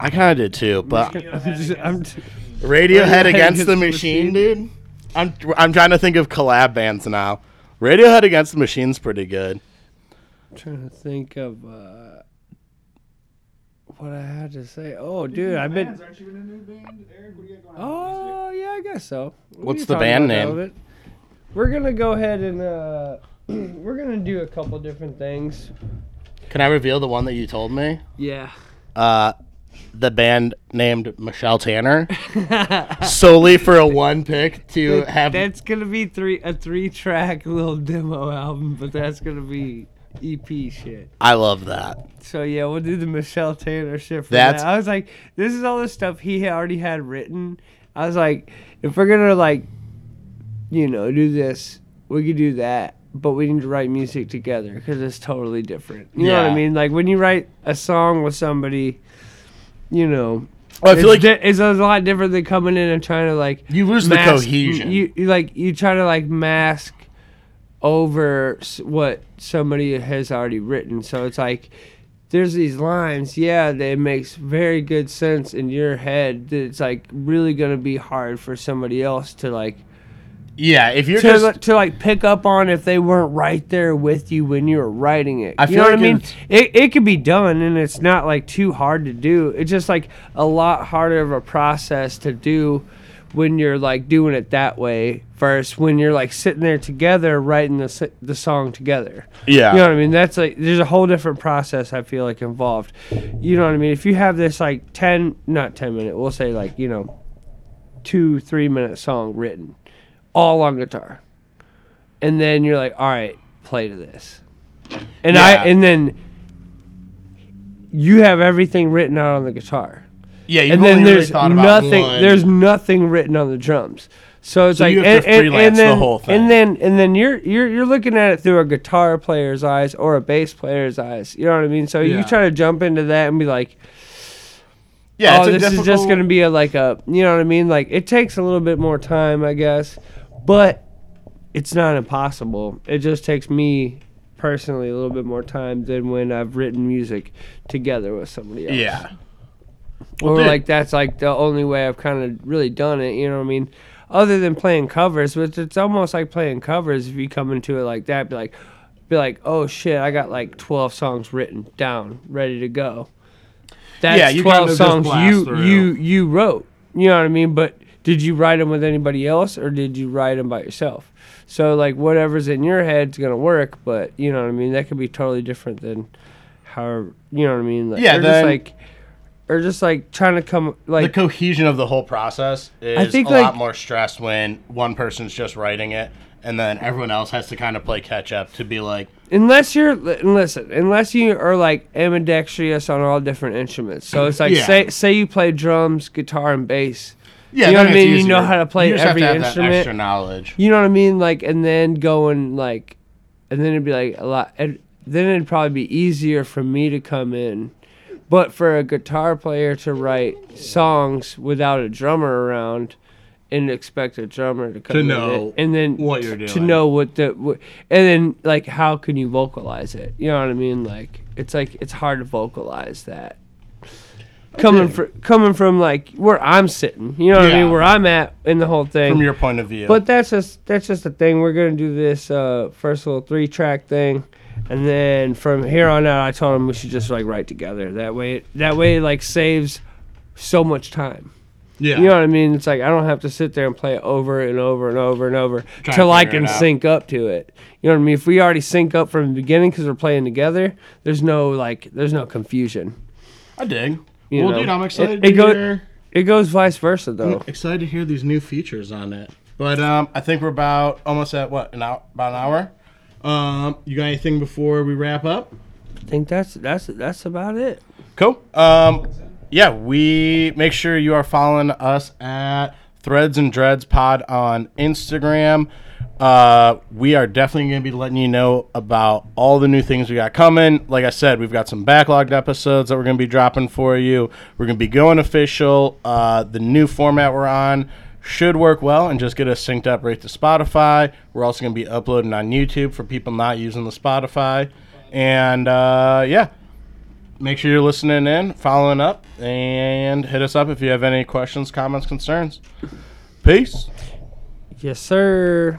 Speaker 1: I kind of did too, but
Speaker 2: I'm just- I'm t-
Speaker 1: Radiohead against
Speaker 2: Radiohead
Speaker 1: the
Speaker 2: Against the
Speaker 1: Machine, dude. I'm I'm trying to think of collab bands now. Radiohead against the Machine's pretty good.
Speaker 2: trying to think of uh, what I had to say. Oh, dude, I've been.
Speaker 4: Aren't you in a new band, Eric? What do you got going on?
Speaker 2: Oh, yeah, I guess so. We
Speaker 1: What's
Speaker 2: can
Speaker 1: the
Speaker 2: talk
Speaker 1: band
Speaker 2: about that
Speaker 1: name?
Speaker 2: a bit. We're gonna go ahead and uh, we're gonna do a couple different things.
Speaker 1: Can I reveal the one that you told me?
Speaker 2: Yeah.
Speaker 1: Uh, the band named Michelle Tanner solely for a one pick to have.
Speaker 2: that's gonna be three a three track little demo album, but that's gonna be EP shit.
Speaker 1: I love that.
Speaker 2: So yeah, we'll do the Michelle Tanner shit for
Speaker 1: That's-
Speaker 2: that. I was like, this is all the stuff he had already had written. I was like, if we're gonna like, you know, do this, we could do that, but we need to write music together because it's totally different. You know what
Speaker 1: Yeah.
Speaker 2: I mean? Like when you write a song with somebody, you know,
Speaker 1: I feel like
Speaker 2: it's, di- it's a lot different than coming in and trying to like
Speaker 1: you lose the
Speaker 2: mask-
Speaker 1: cohesion.
Speaker 2: You, you like you try to like mask over s- what somebody has already written. So it's like there's these lines, yeah, that makes very good sense in your head. That it's like really gonna be hard for somebody else to like
Speaker 1: yeah, if you're
Speaker 2: to,
Speaker 1: just
Speaker 2: to like pick up on if they weren't right there with you when you were writing it.
Speaker 1: I
Speaker 2: you
Speaker 1: feel
Speaker 2: know what
Speaker 1: like
Speaker 2: I mean?
Speaker 1: it's-
Speaker 2: It, it could be done and it's not like too hard to do. It's just like a lot harder of a process to do when you're like doing it that way versus when you're like sitting there together writing the, s- the song together.
Speaker 1: yeah,
Speaker 2: You know what I mean? That's like there's a whole different process I feel like involved. You know what I mean? If you have this like ten not ten minute, we'll say like, you know, two, three minute song written, all on guitar. And then you're like, All right, play to this. And
Speaker 1: Yeah.
Speaker 2: I and then you have everything written out on the guitar.
Speaker 1: yeah. You've
Speaker 2: And then
Speaker 1: only really
Speaker 2: there's
Speaker 1: thought about
Speaker 2: nothing
Speaker 1: one.
Speaker 2: there's nothing written on the drums. So it's
Speaker 1: So
Speaker 2: like
Speaker 1: you have
Speaker 2: and,
Speaker 1: to
Speaker 2: and- and
Speaker 1: freelance the
Speaker 2: then,
Speaker 1: whole thing.
Speaker 2: And then and then you're you're you're looking at it through a guitar player's eyes or a bass player's eyes. You know what I mean? So
Speaker 1: Yeah.
Speaker 2: you try to jump into that and be like,
Speaker 1: yeah.
Speaker 2: oh,
Speaker 1: it's a
Speaker 2: this is just
Speaker 1: difficult-
Speaker 2: gonna be a like a you know what I mean? Like it takes a little bit more time, I guess, but it's not impossible. It just takes me personally a little bit more time than when I've written music together with somebody else
Speaker 1: yeah.
Speaker 2: or
Speaker 1: dude.
Speaker 2: like that's like the only way I've kind of really done it. You know what I mean? Other than playing covers, which it's almost like playing covers if you come into it like that, be like, be like, oh shit, I got like twelve songs written down, ready to go. That's
Speaker 1: Yeah, you
Speaker 2: twelve
Speaker 1: kinda just
Speaker 2: songs
Speaker 1: blast
Speaker 2: you
Speaker 1: through.
Speaker 2: you you wrote. You know what I mean? But did you write them with anybody else, or did you write them by yourself? So like whatever's in your head's gonna work, but you know what I mean. That could be totally different than however you know what I mean. Like,
Speaker 1: Yeah,
Speaker 2: or
Speaker 1: then-
Speaker 2: just like or just like trying to come
Speaker 1: the
Speaker 2: like
Speaker 1: cohesion of the whole process is
Speaker 2: think,
Speaker 1: a lot
Speaker 2: like-
Speaker 1: more stress when one person's just writing it and then everyone else has to kind of play catch up to be like
Speaker 2: unless you're li- listen unless you are like ambidextrous on all different instruments so it's like
Speaker 1: Yeah.
Speaker 2: say say you play drums guitar and bass
Speaker 1: yeah
Speaker 2: You know
Speaker 1: then
Speaker 2: what I
Speaker 1: it's
Speaker 2: mean? You know
Speaker 1: easier.
Speaker 2: how to play
Speaker 1: You just
Speaker 2: every
Speaker 1: have to have
Speaker 2: instrument.
Speaker 1: that extra knowledge
Speaker 2: you know what i mean like and then going like and then it'd be like a lot and then it'd probably be easier for me to come in but for a guitar player to write songs without a drummer around and expect a drummer to come
Speaker 1: To
Speaker 2: in
Speaker 1: know
Speaker 2: it, and then
Speaker 1: what you're
Speaker 2: to
Speaker 1: doing.
Speaker 2: know what the wh- and then like how can you vocalize it you know what i mean like it's like it's hard to vocalize that coming from coming from like where I'm sitting. You know what I
Speaker 1: Yeah.
Speaker 2: mean? Where I'm at in the whole thing.
Speaker 1: from your point of view.
Speaker 2: But that's just that's just the thing. We're gonna do this uh, first little three track thing, and then from here on out, I told him we should just like write together. That way, it- that way, it, like saves so much time.
Speaker 1: yeah,
Speaker 2: You know what I mean? It's like I don't have to sit there and play it over and over and over and over
Speaker 1: Try
Speaker 2: till
Speaker 1: and
Speaker 2: I
Speaker 1: figure
Speaker 2: can
Speaker 1: it out.
Speaker 2: sync up to it. You know what I mean? If we already sync up from the beginning because we're playing together, there's no like there's no confusion.
Speaker 1: I dig.
Speaker 2: You
Speaker 1: well,
Speaker 2: know.
Speaker 1: dude, I'm
Speaker 2: It-
Speaker 1: excited
Speaker 2: it
Speaker 1: to
Speaker 2: go-
Speaker 1: hear.
Speaker 2: It goes vice versa
Speaker 1: I'm
Speaker 2: though.
Speaker 1: excited to hear these new features on it. But um, I think we're about almost at what an hour, about an hour. Um, you got anything before we wrap up?
Speaker 2: I think that's that's that's about it.
Speaker 1: Cool. Um, yeah, we make sure you are following us at Threads and Dreads Pod on Instagram. Uh, we are definitely going to be letting you know about all the new things we got coming. Like I said, we've got some backlogged episodes that we're going to be dropping for you. We're going to be going official. Uh, the new format we're on should work well and just get us synced up right to Spotify. We're also going to be uploading on YouTube for people not using the Spotify. And uh, yeah, make sure you're listening in, following up, and hit us up if you have any questions, comments, concerns. Peace.
Speaker 2: Yes, sir.